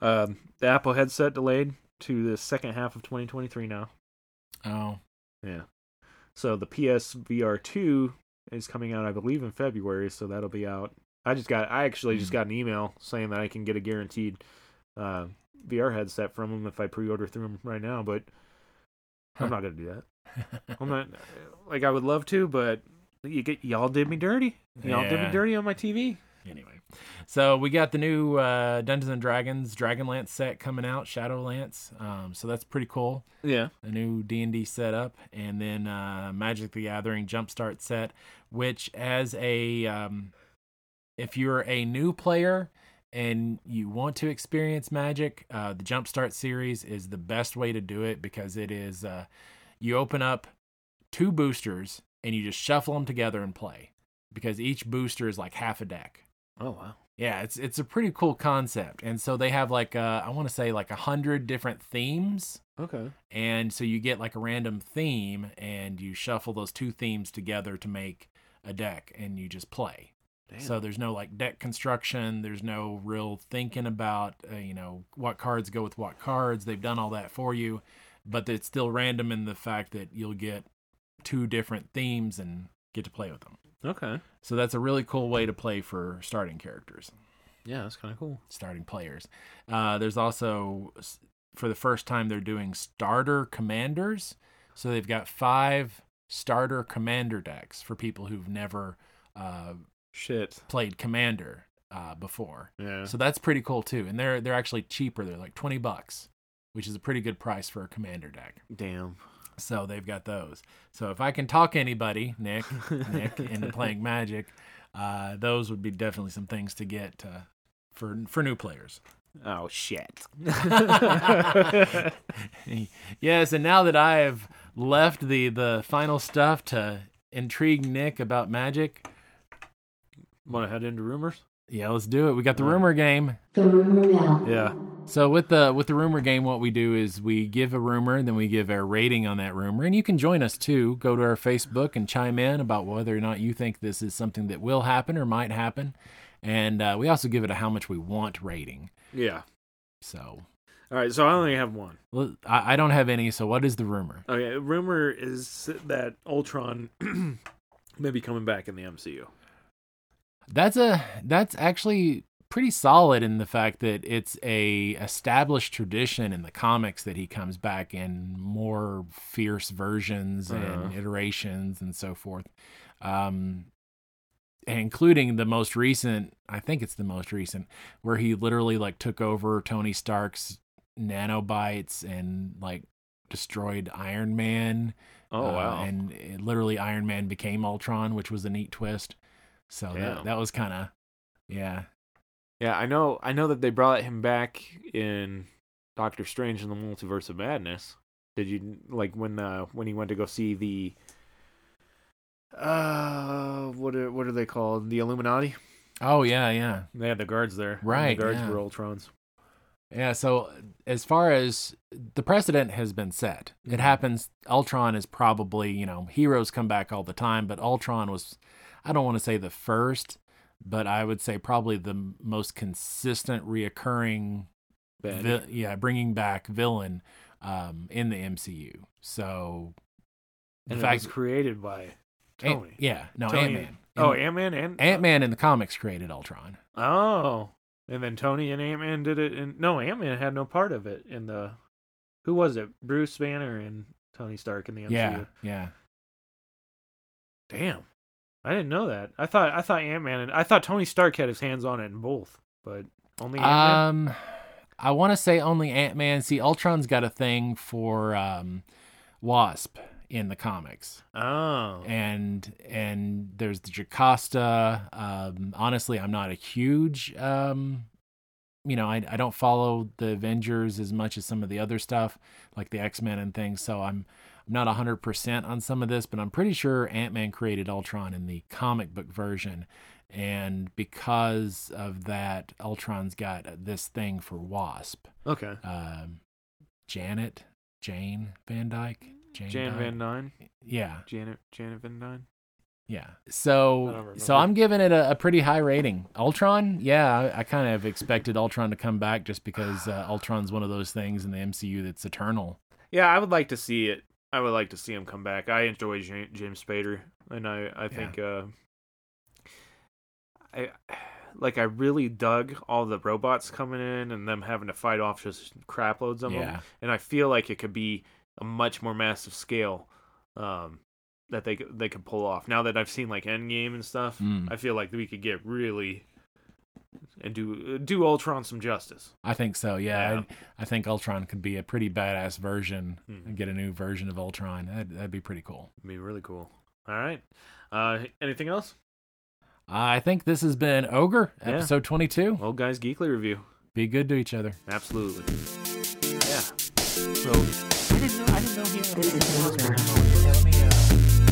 A: Um, the Apple headset delayed to the second half of 2023 now.
B: Oh,
A: Yeah. So the PSVR 2 is coming out, I believe, in February. So that'll be out. I just got, I actually just
B: Mhm.
A: got an email saying that I can get a guaranteed uh, VR headset from them if I pre order through them right now. But
B: Huh.
A: I'm not going to do that. I'm not, like, I would love to, but you get, y'all did me dirty. Y'all did
B: Yeah.
A: me dirty on my TV.
B: anyway. So we got the new uh, Dungeons and Dragons Dragonlance set coming out, Shadowlance. Um, so that's pretty cool.
A: Yeah.
B: A new D and D setup, and then uh, Magic the Gathering Jumpstart set, which as a um, if you're a new player and you want to experience Magic, uh, the Jumpstart series is the best way to do it because it is uh, you open up two boosters and you just shuffle them together and play because each booster is like half a deck.
A: Oh, wow.
B: Yeah, it's it's a pretty cool concept, and so they have like uh, I want to say like a hundred different themes,
A: Okay.
B: and so you get like a random theme, and you shuffle those two themes together to make a deck, and you just play.
A: Damn.
B: So there's no like deck construction. There's no real thinking about uh, you know what cards go with what cards. They've done all that for you, but it's still random in the fact that you'll get two different themes and get to play with them.
A: okay.
B: So that's a really cool way to play for starting characters
A: Yeah, that's kind of cool.
B: starting players. Uh, there's also, s- for the first time, they're doing starter commanders. So they've got five starter commander decks for people who've never uh,
A: Shit.
B: played commander uh, before.
A: Yeah.
B: So that's pretty cool too. And they're they're actually cheaper. They're like twenty bucks, which is a pretty good price for a commander deck.
A: Damn.
B: So they've got those. So if I can talk anybody, Nick, Nick into playing Magic, uh, those would be definitely some things to get uh, for for new players.
A: Oh, shit.
B: yes, and now that I have left the the final stuff to intrigue Nick about Magic,
A: Want to head into rumors?
B: yeah, let's do it. We got the rumor game.
C: The rumor mill.
A: Yeah.
B: So with the with the rumor game, what we do is we give a rumor, and then we give our rating on that rumor, and you can join us too. Go to our Facebook and chime in about whether or not you think this is something that will happen or might happen, and uh, we also give it a how much we want rating.
A: Yeah.
B: So
A: All right. So I only have one.
B: l- I, I don't have any. So what is the rumor?
A: Okay. Rumor is that Ultron may be coming back in the MCU.
B: That's a that's actually pretty solid in the fact that it's a established tradition in the comics that he comes back in more fierce versions and
A: Uh-huh.
B: iterations and so forth. Um, including the most recent, I think it's the most recent, where he literally like took over Tony Stark's nanobites and like destroyed Iron Man.
A: Oh
B: Uh,
A: wow.
B: And it, literally, Iron Man became Ultron, which was a neat twist. So
A: Yeah.
B: that, that was kind of, yeah,
A: yeah, I know. I know that they brought him back in Doctor Strange in the Multiverse of Madness. Did you like when uh when he went to go see the uh what are what are they called the Illuminati?
B: Oh yeah, yeah,
A: They had the guards there.
B: Right,
A: The guards
B: yeah.
A: were Ultrons.
B: yeah. So as far as the precedent has been set,
A: Mhm.
B: it happens. Ultron is probably you know heroes come back all the time, but Ultron was, I don't want to say the first, but I would say probably the m- most consistent reoccurring,
A: Bad.
B: vi- yeah, bringing back villain um, in the MCU. So the
A: and it
B: fact
A: was created by
B: Ant-
A: Tony.
B: yeah, no
A: Tony-
B: Ant Man.
A: Oh, Ant Man and
B: Ant Man in the comics created Ultron.
A: Oh, and then Tony and Ant Man did it, and no, Ant Man had no part of it in the. Who was it? Bruce Banner and Tony Stark in the MCU.
B: Yeah, yeah.
A: Damn, I didn't know that. I thought I thought Ant Man and I thought Tony Stark had his hands on it in both, but only Ant Man.
B: Um, I want to say only Ant Man. See, Ultron's got a thing for um, Wasp in the comics,
A: oh,
B: and and there's the Jocasta. Um, honestly, I'm not a huge um, you know, I I don't follow the Avengers as much as some of the other stuff, like the X Men and things. So I'm. I'm not 100% on some of this, but I'm pretty sure Ant Man created Ultron in the comic book version and because of that, Ultron's got this thing for Wasp.
A: okay.
B: Um, Janet, Jane Van Dyke, Jane,
A: Janet
B: Dyke?
A: Van Dyne,
B: yeah,
A: Janet Janet Van Dyne.
B: yeah.
A: I don't
B: So,
A: remember.
B: so I'm giving it a, a pretty high rating. Ultron, yeah, I, I kind of expected Ultron to come back just because uh, Ultron's one of those things in the MCU that's eternal.
A: Yeah, I would like to see it. I would like to see him come back. I enjoy Ja- James Spader, and I I think uh, I like I really dug all the robots coming in and them having to fight off just crap loads of them.
B: Yeah,
A: And I feel like it could be a much more massive scale um, that they could- they could pull off. Now that I've seen like Endgame and stuff,
B: Mm.
A: I feel like we could get really and do do Ultron some justice.
B: I think so. Yeah,
A: Yeah.
B: I, I think Ultron could be a pretty badass version.
A: Mhm.
B: Get a new version of Ultron. That'd, that'd be pretty cool.
A: It'd be really cool. All right. Uh, anything else?
B: I think this has been Ogre,
A: Yeah.
B: episode 22.
A: Old Guys Geekly Review.
B: Be good to each other.
A: Absolutely. Yeah. So I didn't know I didn't know he
C: This is Ogre.
A: Let me uh